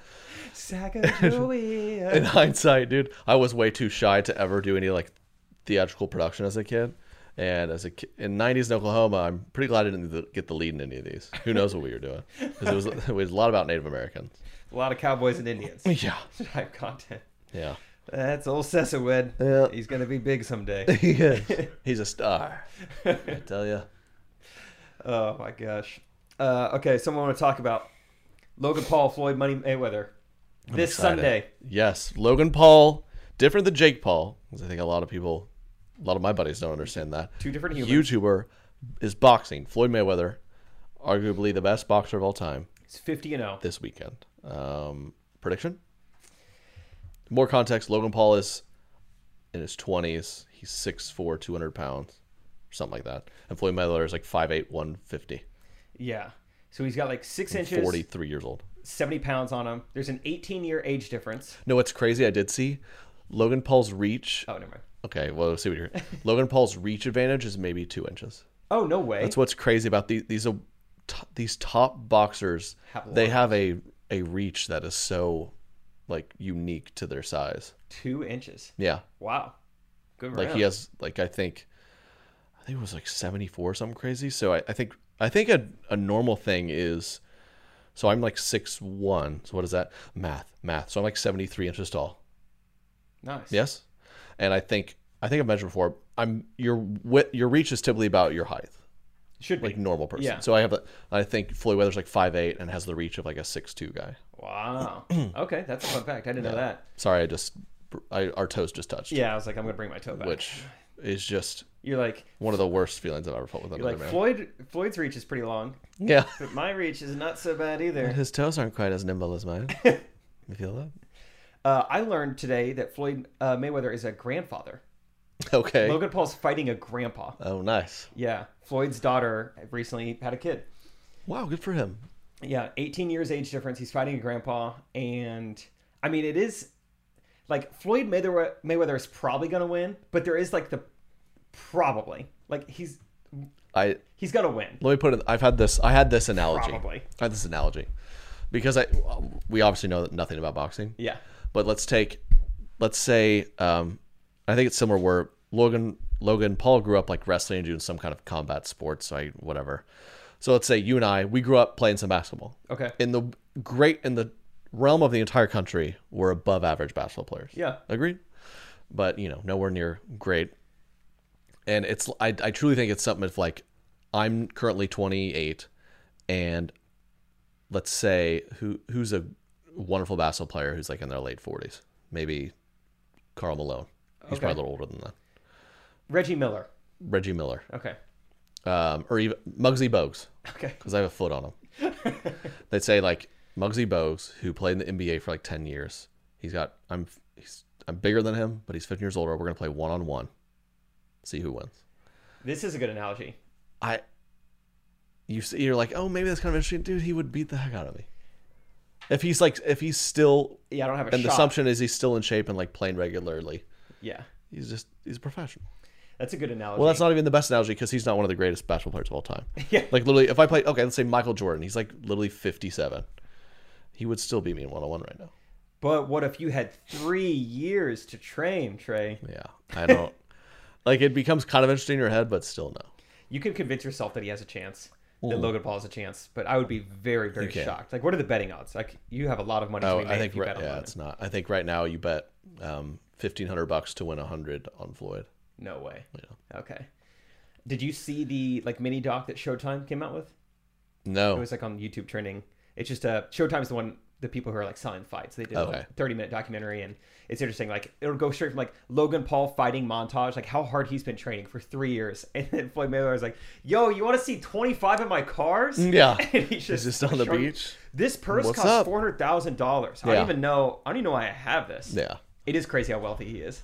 Speaker 1: Sacagawea.
Speaker 2: (laughs) In hindsight, dude, I was way too shy to ever do any like theatrical production as a kid. And as a ki- in '90s in Oklahoma, I'm pretty glad I didn't th- get the lead in any of these. Who knows what we were doing? Because it was, (laughs) it was a lot about Native Americans.
Speaker 1: A lot of cowboys and
Speaker 2: (laughs)
Speaker 1: Indians
Speaker 2: Yeah,
Speaker 1: type content.
Speaker 2: yeah.
Speaker 1: That's old Sessawed.
Speaker 2: Yeah.
Speaker 1: He's gonna be big
Speaker 2: (laughs)
Speaker 1: someday.
Speaker 2: He is. He's a star. I tell you.
Speaker 1: oh my gosh. Uh, okay, someone want to talk about Logan Paul, Floyd Money Mayweather this Sunday.
Speaker 2: Yes, Logan Paul, different than Jake Paul, because I think a lot of people, a lot of my buddies don't understand that.
Speaker 1: Two different humans.
Speaker 2: YouTuber is boxing. Floyd Mayweather, arguably the best boxer of all time,
Speaker 1: It's fifty and oh. zero.
Speaker 2: this weekend. Um, prediction? More context: Logan Paul is in his twenties. He's 6'4", 200 pounds, something like that. And Floyd Mayweather is like 5'8", 150,
Speaker 1: Yeah. So he's got like six inches,
Speaker 2: 43 years old.
Speaker 1: 70 pounds on him. There's an 18 year age difference.
Speaker 2: No, what's crazy? I did see Logan Paul's reach
Speaker 1: Oh, never mind.
Speaker 2: Okay, well, let's see what you're.
Speaker 1: (laughs)
Speaker 2: Logan Paul's reach advantage is maybe two inches.
Speaker 1: Oh, no way.
Speaker 2: That's what's crazy about these these are t- these top boxers.
Speaker 1: Have a
Speaker 2: they
Speaker 1: lot.
Speaker 2: have a a reach that is so like unique to their size.
Speaker 1: Two inches.
Speaker 2: Yeah,
Speaker 1: Wow. Good
Speaker 2: like
Speaker 1: round.
Speaker 2: he has like I think, I think it was like seventy four or something crazy. So I, I think I think a a normal thing is, so I'm like six one. So what is that math? Math. So I'm like seventy three inches tall.
Speaker 1: Nice.
Speaker 2: Yes, and I think I think I've mentioned before. I'm your wi- your reach is typically about your height,
Speaker 1: Should be.
Speaker 2: like normal person.
Speaker 1: Yeah.
Speaker 2: So I have a, I think Floyd Weather's like five eight and has the reach of like a six two guy. (clears throat)
Speaker 1: wow. okay. That's a fun fact. I didn't know that.
Speaker 2: Sorry, I just I, our toes just touched.
Speaker 1: Yeah. I was like, I'm going to bring my toe back.
Speaker 2: which is just
Speaker 1: You're like,
Speaker 2: one of the worst feelings I've ever felt with
Speaker 1: you're
Speaker 2: another
Speaker 1: like
Speaker 2: man.
Speaker 1: Floyd, Floyd's reach is pretty long,
Speaker 2: yeah,
Speaker 1: but my reach is not so bad
Speaker 2: (laughs)
Speaker 1: either.
Speaker 2: his toes aren't quite as nimble as mine. You feel that?
Speaker 1: Uh, I learned today that Floyd uh, Mayweather is a grandfather.
Speaker 2: Okay.
Speaker 1: Logan Paul's fighting a grandpa.
Speaker 2: Oh, nice.
Speaker 1: Yeah. Floyd's daughter recently had a kid.
Speaker 2: Wow, good for him.
Speaker 1: Yeah, 18 years age difference. He's fighting a grandpa, and I mean, it is like Floyd Mayweather, Mayweather is probably gonna win, but there is like the probably like he's
Speaker 2: I
Speaker 1: he's gonna win.
Speaker 2: let me put it. I've had this. I had this analogy.
Speaker 1: Probably.
Speaker 2: I had this analogy because I um, we obviously know nothing about boxing.
Speaker 1: Yeah,
Speaker 2: But let's take, let's say, um, I think it's somewhere where Logan Logan Paul grew up like wrestling and doing some kind of combat sports, so I, whatever. So let's say you and I, we grew up playing some basketball.
Speaker 1: Okay.
Speaker 2: In the great in the realm of the entire country, we're above average basketball players.
Speaker 1: Yeah.
Speaker 2: agreed. But you know, nowhere near great. And it's I, I truly think it's something if like I'm currently 28, and let's say who who's a wonderful basketball player who's like in their late 40s, maybe Carl Malone. He's
Speaker 1: Okay.
Speaker 2: probably a little older than that.
Speaker 1: Reggie Miller.
Speaker 2: Reggie Miller,
Speaker 1: Okay, (laughs)
Speaker 2: um, or even Muggsy Bogues,
Speaker 1: okay,
Speaker 2: because I have a foot on him. They'd say like Muggsy Bogues, who played in the NBA for like 10 years. He's got I'm he's I'm bigger than him, but he's 15 years older. We're gonna play one on one, see who wins.
Speaker 1: this is a good analogy.
Speaker 2: I you see you're like, oh maybe that's kind of interesting. Dude, he would beat the heck out of me. If he's like if he's still
Speaker 1: Yeah, I don't have a
Speaker 2: and the
Speaker 1: shot.
Speaker 2: assumption is he's still in shape and like playing regularly.
Speaker 1: Yeah,
Speaker 2: He's just he's a professional.
Speaker 1: that's a good analogy.
Speaker 2: Well, that's not even the best analogy because he's not one of the greatest basketball players of all time.
Speaker 1: (laughs) Yeah.
Speaker 2: Like literally, if I play okay, let's say Michael Jordan, he's like literally fifty-seven. He would still beat me in one-on-one right now.
Speaker 1: But what if you had three years to train, Trey?
Speaker 2: Yeah, I don't. (laughs) like it becomes kind of interesting in your head, but still no.
Speaker 1: You can convince yourself that he has a chance. That Logan Paul has a chance, but I would be very, very
Speaker 2: can.
Speaker 1: shocked. Like, what are the betting odds? Like, you have a lot of money to
Speaker 2: Oh,
Speaker 1: be made
Speaker 2: I think
Speaker 1: if you
Speaker 2: right,
Speaker 1: bet on
Speaker 2: yeah,
Speaker 1: Logan.
Speaker 2: it's not. I think right now you bet um, fifteen hundred bucks to win hundred on Floyd.
Speaker 1: No way. Okay. Did you see the like mini doc that Showtime came out with?
Speaker 2: No,
Speaker 1: It was like on YouTube trending. It's just uh, Showtime's the one the people who are like selling fights. They did a
Speaker 2: Okay.
Speaker 1: like, 30 minute documentary and it's interesting. Like it'll go straight from like Logan Paul fighting montage, like how hard he's been training for three years. (laughs) And then Floyd Mayweather was like, yo, you want to see 25 of my cars?
Speaker 2: Mm, Yeah.
Speaker 1: (laughs) And he's just,
Speaker 2: just on the
Speaker 1: shrugged.
Speaker 2: beach.
Speaker 1: This purse
Speaker 2: What's
Speaker 1: costs
Speaker 2: up?
Speaker 1: $400,000. I
Speaker 2: Yeah.
Speaker 1: don't even know. I don't even know why I have this.
Speaker 2: yeah,
Speaker 1: It is crazy how wealthy he is.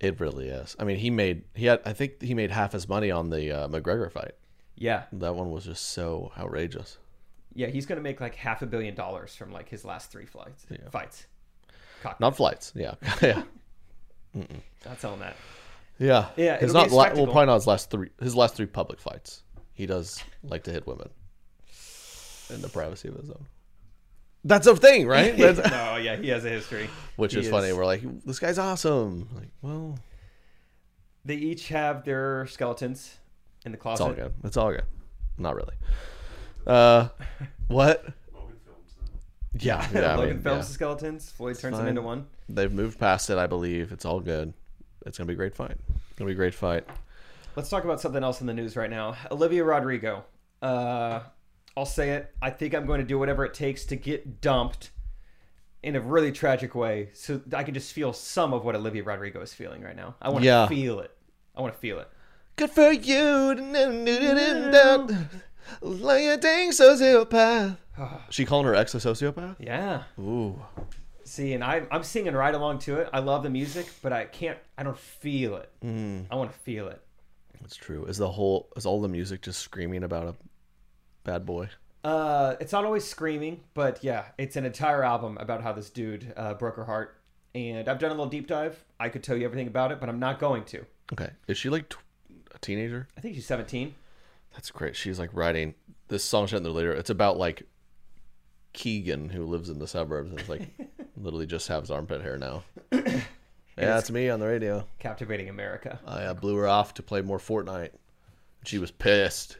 Speaker 2: it really is. I mean, he made he had. I think he made half his money on the uh, McGregor fight.
Speaker 1: Yeah.
Speaker 2: That one was just so outrageous.
Speaker 1: Yeah, he's gonna make like half a billion dollars from like his last three flights fights. Cock.
Speaker 2: Not flights. Yeah. (laughs) yeah.
Speaker 1: Not selling that.
Speaker 2: Yeah.
Speaker 1: Yeah,
Speaker 2: His
Speaker 1: it'll be a
Speaker 2: not la- well,
Speaker 1: spectacle.
Speaker 2: probably not his last three. His last three public fights. He does like to hit women in the privacy of his own. That's a thing, (laughs) right?
Speaker 1: (laughs)
Speaker 2: That's-
Speaker 1: no, yeah, he has a history.
Speaker 2: which
Speaker 1: He
Speaker 2: is, funny. We're like, this guy's awesome. Like, well,
Speaker 1: They each have their skeletons in the
Speaker 2: it's all
Speaker 1: closet. (laughs)
Speaker 2: good. It's all good. Not really. Uh, what?
Speaker 3: Logan films now.
Speaker 2: Yeah. Yeah. I
Speaker 1: Logan
Speaker 2: mean,
Speaker 1: films
Speaker 2: yeah.
Speaker 1: the skeletons. Floyd turns them
Speaker 2: fine.
Speaker 1: into one.
Speaker 2: They've moved past it, I believe. It's all good. It's gonna be a great fight. It's gonna be a great fight.
Speaker 1: Let's talk about something else in the news right now. Olivia Rodrigo. Uh, I'll say it. I think I'm going to do whatever it takes to get dumped in a really tragic way so I can just feel some of what Olivia Rodrigo is feeling right now. I want to
Speaker 2: Yeah.
Speaker 1: feel it. I want to feel it.
Speaker 2: Good for you. Like a dang sociopath. She calling her ex a sociopath?
Speaker 1: Yeah.
Speaker 2: Ooh.
Speaker 1: See, and I, I'm singing right along to it. I love the music, but I can't, I don't feel it.
Speaker 2: Mm.
Speaker 1: I want to feel it.
Speaker 2: That's true. Is the whole is all the music just screaming about a bad boy?
Speaker 1: Uh, it's not always screaming, but yeah, it's an entire album about how this dude uh, broke her heart. And I've done a little deep dive. I could tell you everything about it, but I'm not going to.
Speaker 2: Okay. Is she like tw- a teenager?
Speaker 1: I think she's 17.
Speaker 2: That's great. She's like writing this song she had in there later. It's about like Keegan who lives in the suburbs and it's (laughs) like literally just have his armpit hair now. yeah, it's me on the radio.
Speaker 1: Captivating America.
Speaker 2: I uh, blew her off to play more Fortnite. She was pissed.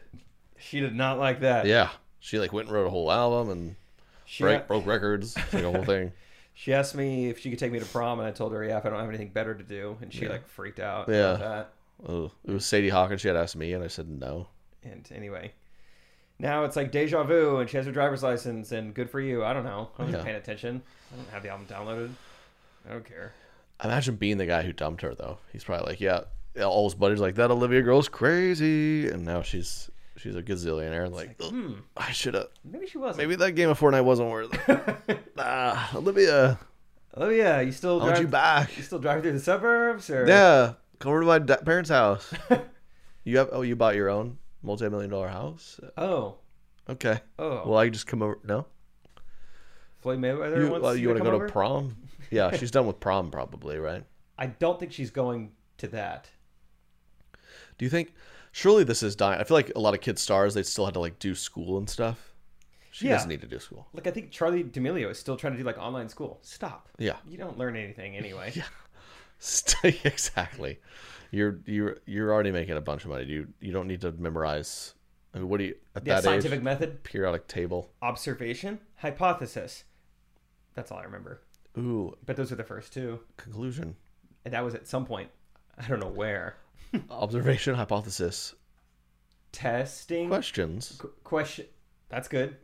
Speaker 1: She did not like that.
Speaker 2: Yeah. She like went and wrote a whole album and
Speaker 1: She,
Speaker 2: break, broke records, like a
Speaker 1: (laughs)
Speaker 2: whole thing.
Speaker 1: she asked me if she could take me to prom, and I told her, yeah, if I don't have anything better to do. And she like freaked out.
Speaker 2: Yeah.
Speaker 1: About that.
Speaker 2: Ugh. It was Sadie Hawkins. She had asked me, and I said no.
Speaker 1: And anyway, now it's like deja vu, and she has her driver's license, and good for you. I don't know. I wasn't
Speaker 2: Yeah.
Speaker 1: paying attention. I don't have the album downloaded. I don't care.
Speaker 2: Imagine being the guy who dumped her, though. He's probably like, yeah, all his buddies are like that Olivia girl's crazy, and now she's she's a gazillionaire. Like, ugh,
Speaker 1: hmm.
Speaker 2: I should have.
Speaker 1: Maybe she wasn't.
Speaker 2: Maybe that game of Fortnite wasn't
Speaker 1: (laughs)
Speaker 2: worth it. ah, Olivia,
Speaker 1: Oh yeah, you still
Speaker 2: I want
Speaker 1: drive,
Speaker 2: you back.
Speaker 1: you still drive through the suburbs, or
Speaker 2: Yeah, come over to my da-
Speaker 1: (laughs)
Speaker 2: parents' house. you have? Oh, you bought your own multi-million dollar house?
Speaker 1: Oh,
Speaker 2: Okay.
Speaker 1: oh,
Speaker 2: Well, I just come over. No.
Speaker 1: Floyd Mayweather
Speaker 2: You,
Speaker 1: wants
Speaker 2: well, you
Speaker 1: want to
Speaker 2: go
Speaker 1: come
Speaker 2: to
Speaker 1: over? (laughs)
Speaker 2: prom? Yeah, she's done with prom probably, right?
Speaker 1: I don't think she's going to that.
Speaker 2: Do you think? Surely this is dying. I feel like a lot of kid stars they still had to like do school and stuff. She
Speaker 1: Yeah.
Speaker 2: doesn't need to do school.
Speaker 1: Like I think Charlie D'Amelio is still trying to do like online school. Stop.
Speaker 2: Yeah, (laughs)
Speaker 1: You don't learn anything anyway.
Speaker 2: Stay- exactly. You're you're you're already making a bunch of money. You you don't need to memorize. I mean, what do you at
Speaker 1: yeah,
Speaker 2: that
Speaker 1: scientific
Speaker 2: age?
Speaker 1: method,
Speaker 2: Periodic table.
Speaker 1: observation, hypothesis. That's all I remember.
Speaker 2: Ooh,
Speaker 1: But those are the first two,
Speaker 2: conclusion.
Speaker 1: and that was at some point. I don't know where.
Speaker 2: Observation, hypothesis,
Speaker 1: Testing
Speaker 2: questions,
Speaker 1: qu- question. That's good.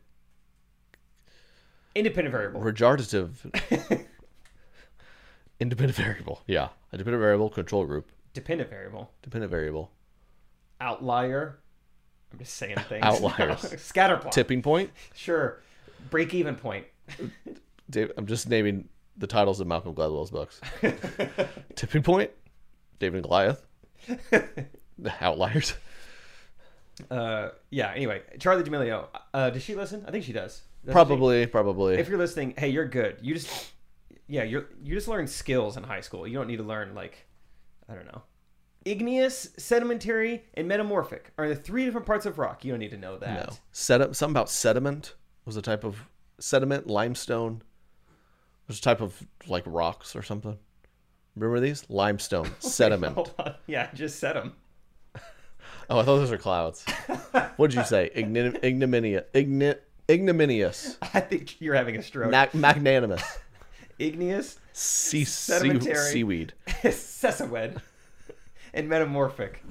Speaker 1: Independent variable.
Speaker 2: regardative, independent variable. Yeah, a dependent variable, control group,
Speaker 1: Dependent variable.
Speaker 2: dependent variable.
Speaker 1: outlier. I'm just saying things.
Speaker 2: Outliers.
Speaker 1: (laughs) Scatterplot.
Speaker 2: Tipping point.
Speaker 1: Sure. Break even point.
Speaker 2: Dave, I'm just naming the titles of Malcolm Gladwell's books.
Speaker 1: (laughs)
Speaker 2: Tipping Point, David
Speaker 1: (laughs)
Speaker 2: and Goliath, The Outliers.
Speaker 1: Uh, yeah. Anyway, Charlie D'Amelio. Uh, does she listen? I think she does. Doesn't
Speaker 2: Probably,
Speaker 1: she?
Speaker 2: probably.
Speaker 1: If you're listening, hey, you're good. You just, yeah, you're you just learn skills in high school. You don't need to learn like, I don't know, igneous, sedimentary, and metamorphic are the three different parts of rock. You don't need to know that.
Speaker 2: no. Sediment, something about sediment was a type of sediment, limestone was a type of like rocks or something. Remember these?
Speaker 1: (laughs) Oh
Speaker 2: Limestone, sediment.
Speaker 1: Hold on. Yeah, I just said them.
Speaker 2: Oh, I thought those were clouds. what did you say? Igni- ignominia, igni-
Speaker 1: (laughs)
Speaker 2: ignominious,
Speaker 1: (laughs) I think you're having a stroke.
Speaker 2: mac- magnanimous,
Speaker 1: igneous,
Speaker 2: sea- sea-
Speaker 1: Sedimentary.
Speaker 2: seaweed.
Speaker 1: Sesawed and Metamorphic.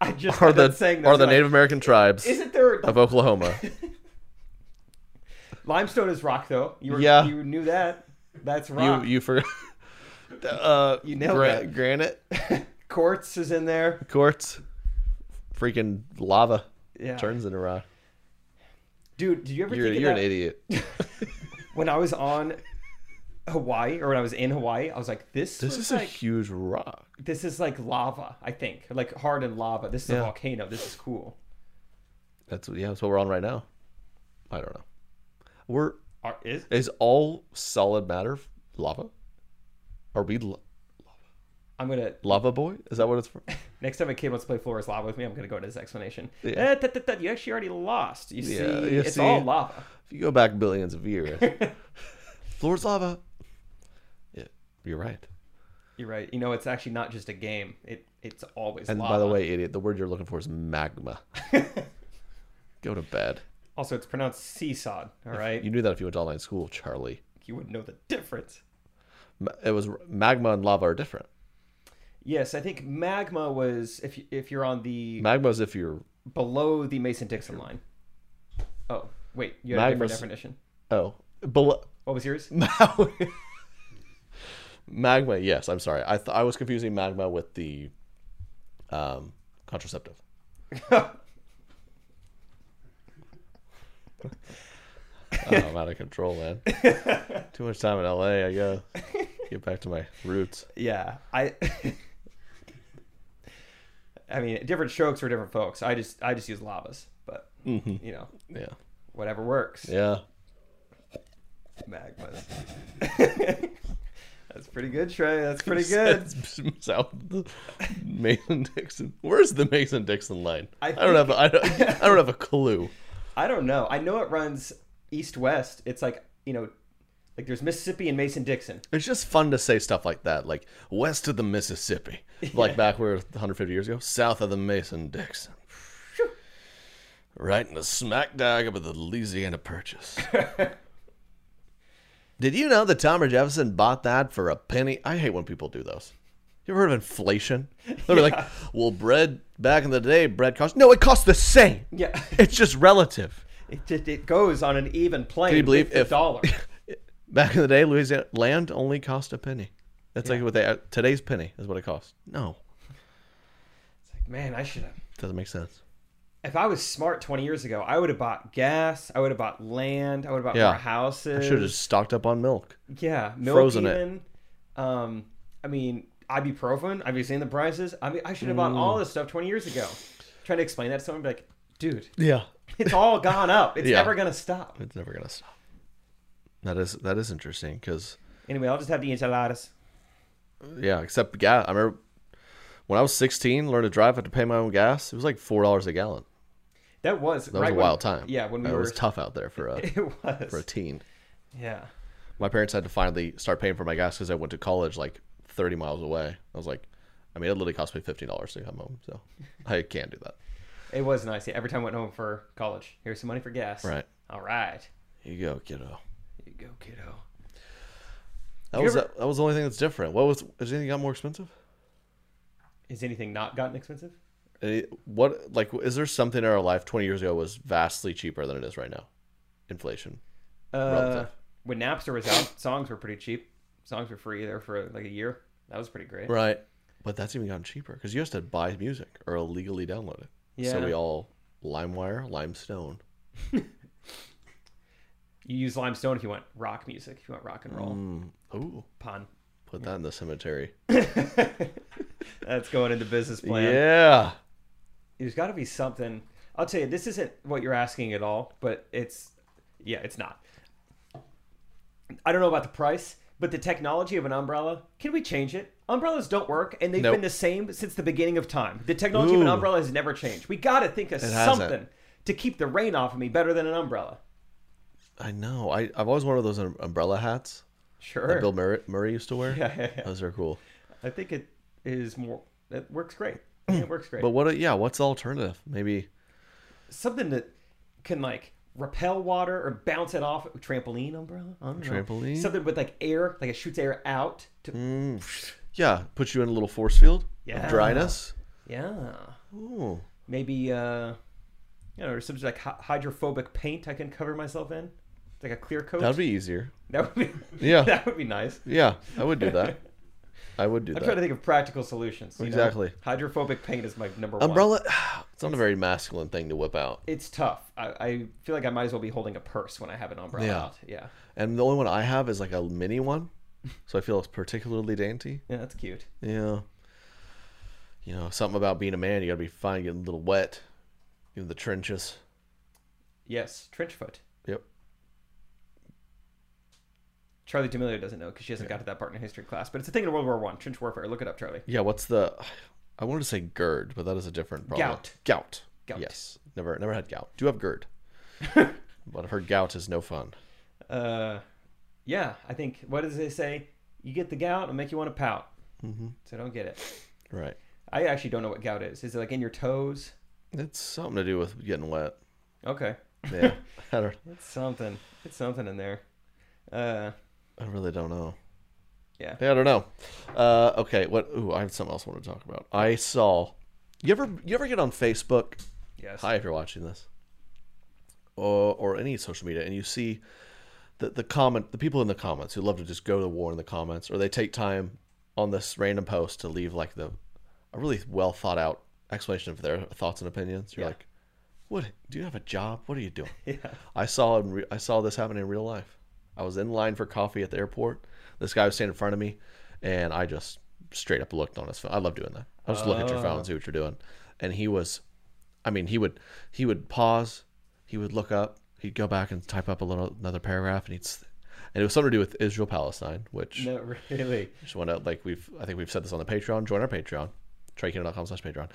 Speaker 1: I just
Speaker 2: Are
Speaker 1: are
Speaker 2: the,
Speaker 1: saying that.
Speaker 2: are the Native American
Speaker 1: (laughs)
Speaker 2: tribes
Speaker 1: Isn't there (laughs)
Speaker 2: of Oklahoma?
Speaker 1: limestone is rock though? You were,
Speaker 2: Yeah.
Speaker 1: you knew that. That's
Speaker 2: You
Speaker 1: rock. (laughs)
Speaker 2: you for uh
Speaker 1: You nailed it.
Speaker 2: granite
Speaker 1: Quartz is in there.
Speaker 2: quartz, freaking lava
Speaker 1: Yeah,
Speaker 2: turns into rock.
Speaker 1: dude. Did you ever
Speaker 2: You're
Speaker 1: think
Speaker 2: you're
Speaker 1: of
Speaker 2: an
Speaker 1: that? (laughs)
Speaker 2: idiot.
Speaker 1: when I was on Hawaii or when I was in Hawaii? I was like, this.
Speaker 2: This
Speaker 1: was
Speaker 2: is a
Speaker 1: like,
Speaker 2: huge rock.
Speaker 1: this is like lava. I think like hard and lava. This is
Speaker 2: Yeah.
Speaker 1: a volcano. This is cool.
Speaker 2: That's yeah. That's what we're on right now. I don't know. We're
Speaker 1: Are, is,
Speaker 2: is all solid matter f- lava? Are we l-
Speaker 1: I'm gonna
Speaker 2: lava boy? Is that what it's from?
Speaker 1: next time a kid wants to play Floor is Lava with me, I'm gonna go to this explanation.
Speaker 2: Yeah.
Speaker 1: Eh, tut, tut, tut, you actually already lost. You see,
Speaker 2: Yeah, you
Speaker 1: it's all
Speaker 2: see.
Speaker 1: lava.
Speaker 2: If you go back billions of
Speaker 1: (laughs)
Speaker 2: years, floor's lava. Yeah, you're right.
Speaker 1: You're right. You know, it's actually not just a game. It it's always
Speaker 2: And
Speaker 1: lava.
Speaker 2: by the way, idiot, the word you're looking for is magma. go to bed.
Speaker 1: also it's pronounced seesawed. All right,
Speaker 2: You
Speaker 1: you,
Speaker 2: knew that if you went to online school, Charlie.
Speaker 1: wouldn't know the difference.
Speaker 2: Ma- It was magma and lava are different.
Speaker 1: Yes, I think magma was if you, if you're on the
Speaker 2: Magma is if you're
Speaker 1: below the Mason-Dixon line. Oh wait, you had a
Speaker 2: Magma's-
Speaker 1: different definition.
Speaker 2: oh below
Speaker 1: What was yours?
Speaker 2: (laughs) magma. Yes, I'm sorry. I th- I was confusing magma with the um, contraceptive. Oh, I'm out of control, man. Too much time in LA. I go get back to my roots.
Speaker 1: yeah, I. (laughs) I mean, different strokes for different folks. I just I just use lavas, but you know
Speaker 2: Yeah,
Speaker 1: whatever works.
Speaker 2: Mm-hmm. yeah.
Speaker 1: Magma. (laughs) That's pretty good, Trey. That's
Speaker 2: (laughs)
Speaker 1: pretty good.
Speaker 2: South of the Mason Dixon. Where's the Mason Dixon line? I,
Speaker 1: I
Speaker 2: don't have. A, I, don't, I don't have a clue.
Speaker 1: I don't know. I know it runs east west. It's like you know, like there's Mississippi and Mason Dixon. (laughs)
Speaker 2: It's just fun to say stuff like that, like west of the Mississippi, like back where 150 years ago, south of the Mason Dixon, right in the smack dab of the Louisiana Purchase. Did you know that Thomas Jefferson bought that for a penny? I hate when people do those. You ever heard of inflation? They're like, well, bread back in the day, bread cost no, it costs the same.
Speaker 1: Yeah,
Speaker 2: It's just relative.
Speaker 1: it just it goes on an even plane.
Speaker 2: you believe
Speaker 1: with the
Speaker 2: if- (laughs)
Speaker 1: dollar?
Speaker 2: Back in the day, Louisiana land only cost a penny. That's like what they uh, today's penny is what it costs. No,
Speaker 1: Man, I should have.
Speaker 2: doesn't make sense.
Speaker 1: If I was smart 20 years ago, I would have bought gas. I would have bought land. I would have bought
Speaker 2: Yeah.
Speaker 1: more houses.
Speaker 2: I should have just stocked up on milk.
Speaker 1: yeah, milk
Speaker 2: frozen it.
Speaker 1: even. Um, I mean, ibuprofen. Have you seen the prices? I mean, I should have bought
Speaker 2: Mm.
Speaker 1: all this stuff 20 years ago. Trying to explain that to someone, be like, dude,
Speaker 2: Yeah,
Speaker 1: it's all gone up. It's
Speaker 2: Yeah.
Speaker 1: never gonna stop.
Speaker 2: it's never gonna stop. That is that is interesting because
Speaker 1: Anyway, I'll just have the enchiladas.
Speaker 2: yeah, except gas. I remember when I was 16, learned to drive, had to pay my own gas. It was like four dollars a gallon.
Speaker 1: That was
Speaker 2: That was a wild time.
Speaker 1: Yeah, when we
Speaker 2: it
Speaker 1: were
Speaker 2: was tough out there for a
Speaker 1: (laughs) It was.
Speaker 2: for a teen.
Speaker 1: yeah.
Speaker 2: My parents had to finally start paying for my gas because I went to college like 30 miles away. I was like, I mean, it literally cost me $15 to come home, so I can't do that.
Speaker 1: It was nice. Yeah, every time I went home for college, here's some money for gas.
Speaker 2: Right.
Speaker 1: All right.
Speaker 2: Here you go, kiddo.
Speaker 1: Here you go, kiddo.
Speaker 2: That
Speaker 1: You
Speaker 2: was
Speaker 1: ever-
Speaker 2: that, was the only thing that's different. What was has anything got more expensive?
Speaker 1: Is anything not gotten expensive?
Speaker 2: Any- Uh, what like is there something in our life 20 years ago was vastly cheaper than it is right now? Inflation.
Speaker 1: Uh,
Speaker 2: Relative.
Speaker 1: when Napster was out, songs were pretty cheap. Songs were free there for like a year. That was pretty great.
Speaker 2: Right. But that's even gotten cheaper because you used to buy music or illegally download it. So
Speaker 1: Yeah.
Speaker 2: we all LimeWire, Limestone.
Speaker 1: You use limestone if you want rock music, if you want rock and roll.
Speaker 2: Mm. Ooh,
Speaker 1: Pun. (laughs)
Speaker 2: put that in the cemetery.
Speaker 1: That's going into business plan.
Speaker 2: Yeah.
Speaker 1: There's got to be something. I'll tell you, this isn't what you're asking at all, but it's, yeah, it's not. I don't know about the price, but the technology of an umbrella, can we change it? Umbrellas don't work, and they've
Speaker 2: Nope.
Speaker 1: been the same since the beginning of time. The technology of an
Speaker 2: Ooh.
Speaker 1: umbrella has never changed. We got to think of
Speaker 2: hasn't.
Speaker 1: something to keep the rain off of me better than an umbrella.
Speaker 2: I know. I, I've always wanted those um- umbrella hats that
Speaker 1: Sure. (laughs)
Speaker 2: Bill Murray, Murray used to (laughs) wear.
Speaker 1: Yeah, yeah, yeah.
Speaker 2: Those are cool.
Speaker 1: I think it is more, it works great. I think It works great.
Speaker 2: But what, uh, yeah, what's the alternative? Maybe
Speaker 1: something that can like repel water or bounce it off trampoline umbrella. I don't know.
Speaker 2: Trampoline? Mm.
Speaker 1: Something with like air, like it shoots air out. To,
Speaker 2: Yeah, put you in a little force field
Speaker 1: Yeah.
Speaker 2: of dryness.
Speaker 1: Yeah,
Speaker 2: Ooh,
Speaker 1: maybe uh, you know, or some like hy- hydrophobic paint I can cover myself in, like a clear coat.
Speaker 2: that'd be easier.
Speaker 1: (laughs) that would be
Speaker 2: Yeah.
Speaker 1: (laughs) that would be nice.
Speaker 2: Yeah, I would do that.
Speaker 1: (laughs)
Speaker 2: I would do
Speaker 1: I'm
Speaker 2: that.
Speaker 1: trying to think of practical solutions. you know?
Speaker 2: Exactly.
Speaker 1: Hydrophobic paint is my number one.
Speaker 2: (sighs) Umbrella. (sighs) It's not a very masculine thing to whip out.
Speaker 1: It's tough. I, I feel like I might as well be holding a purse when I have an umbrella
Speaker 2: Yeah.
Speaker 1: out. Yeah.
Speaker 2: And the only one I have is like a mini one, so I feel it's particularly dainty.
Speaker 1: Yeah, that's cute.
Speaker 2: Yeah. You know, something about being a man. You gotta be fine getting a little wet, in the trenches.
Speaker 1: Yes, trench foot.
Speaker 2: Yep.
Speaker 1: Charlie D'Amelio doesn't know because she hasn't got to that part in her history class, but it's a thing in World War One, trench warfare. Look it up, Charlie.
Speaker 2: Yeah. What's the? (sighs) I wanted to say GERD, but that is a different problem.
Speaker 1: Gout.
Speaker 2: Gout.
Speaker 1: Gout.
Speaker 2: Yes. Never. Never had gout. Do
Speaker 1: (laughs)
Speaker 2: have GERD, but I've heard gout is no fun.
Speaker 1: Uh, yeah, I think. What does they say? You get the gout, it'll make you want to pout. Mm-hmm. So don't get it.
Speaker 2: Right.
Speaker 1: I actually don't know what gout is. Is it like in your toes?
Speaker 2: It's something to do with getting wet.
Speaker 1: Okay,
Speaker 2: Yeah. I don't.
Speaker 1: it's something. It's something in there. Uh,
Speaker 2: I really don't know.
Speaker 1: Yeah.
Speaker 2: Yeah, I don't know. Uh, okay, what? Ooh, I have something else I want to talk about. I saw. You ever you ever get on Facebook?
Speaker 1: yes.
Speaker 2: Hi, if you're watching this, or or any social media, and you see the the comment the people in the comments who love to just go to war in the comments, or they take time on this random post to leave like the a really well thought out explanation of their thoughts and opinions. You're
Speaker 1: Yeah.
Speaker 2: like, what? Do you have a job? What are you doing?
Speaker 1: (laughs) Yeah.
Speaker 2: I saw in re- I saw this happen in real life. I was in line for coffee at the airport. This guy was standing in front of me, and I just straight up looked on his phone. I love doing that. I just look at your phone
Speaker 1: Uh.
Speaker 2: and see what you're doing. And he was, I mean, he would he would pause, he would look up, he'd go back and type up a little another paragraph, and he'd. s- And it was something to do with Israel Palestine, which
Speaker 1: No, really.
Speaker 2: just want to like we've I think we've said this on the Patreon. Join our Patreon, trykino.com slash Patreon.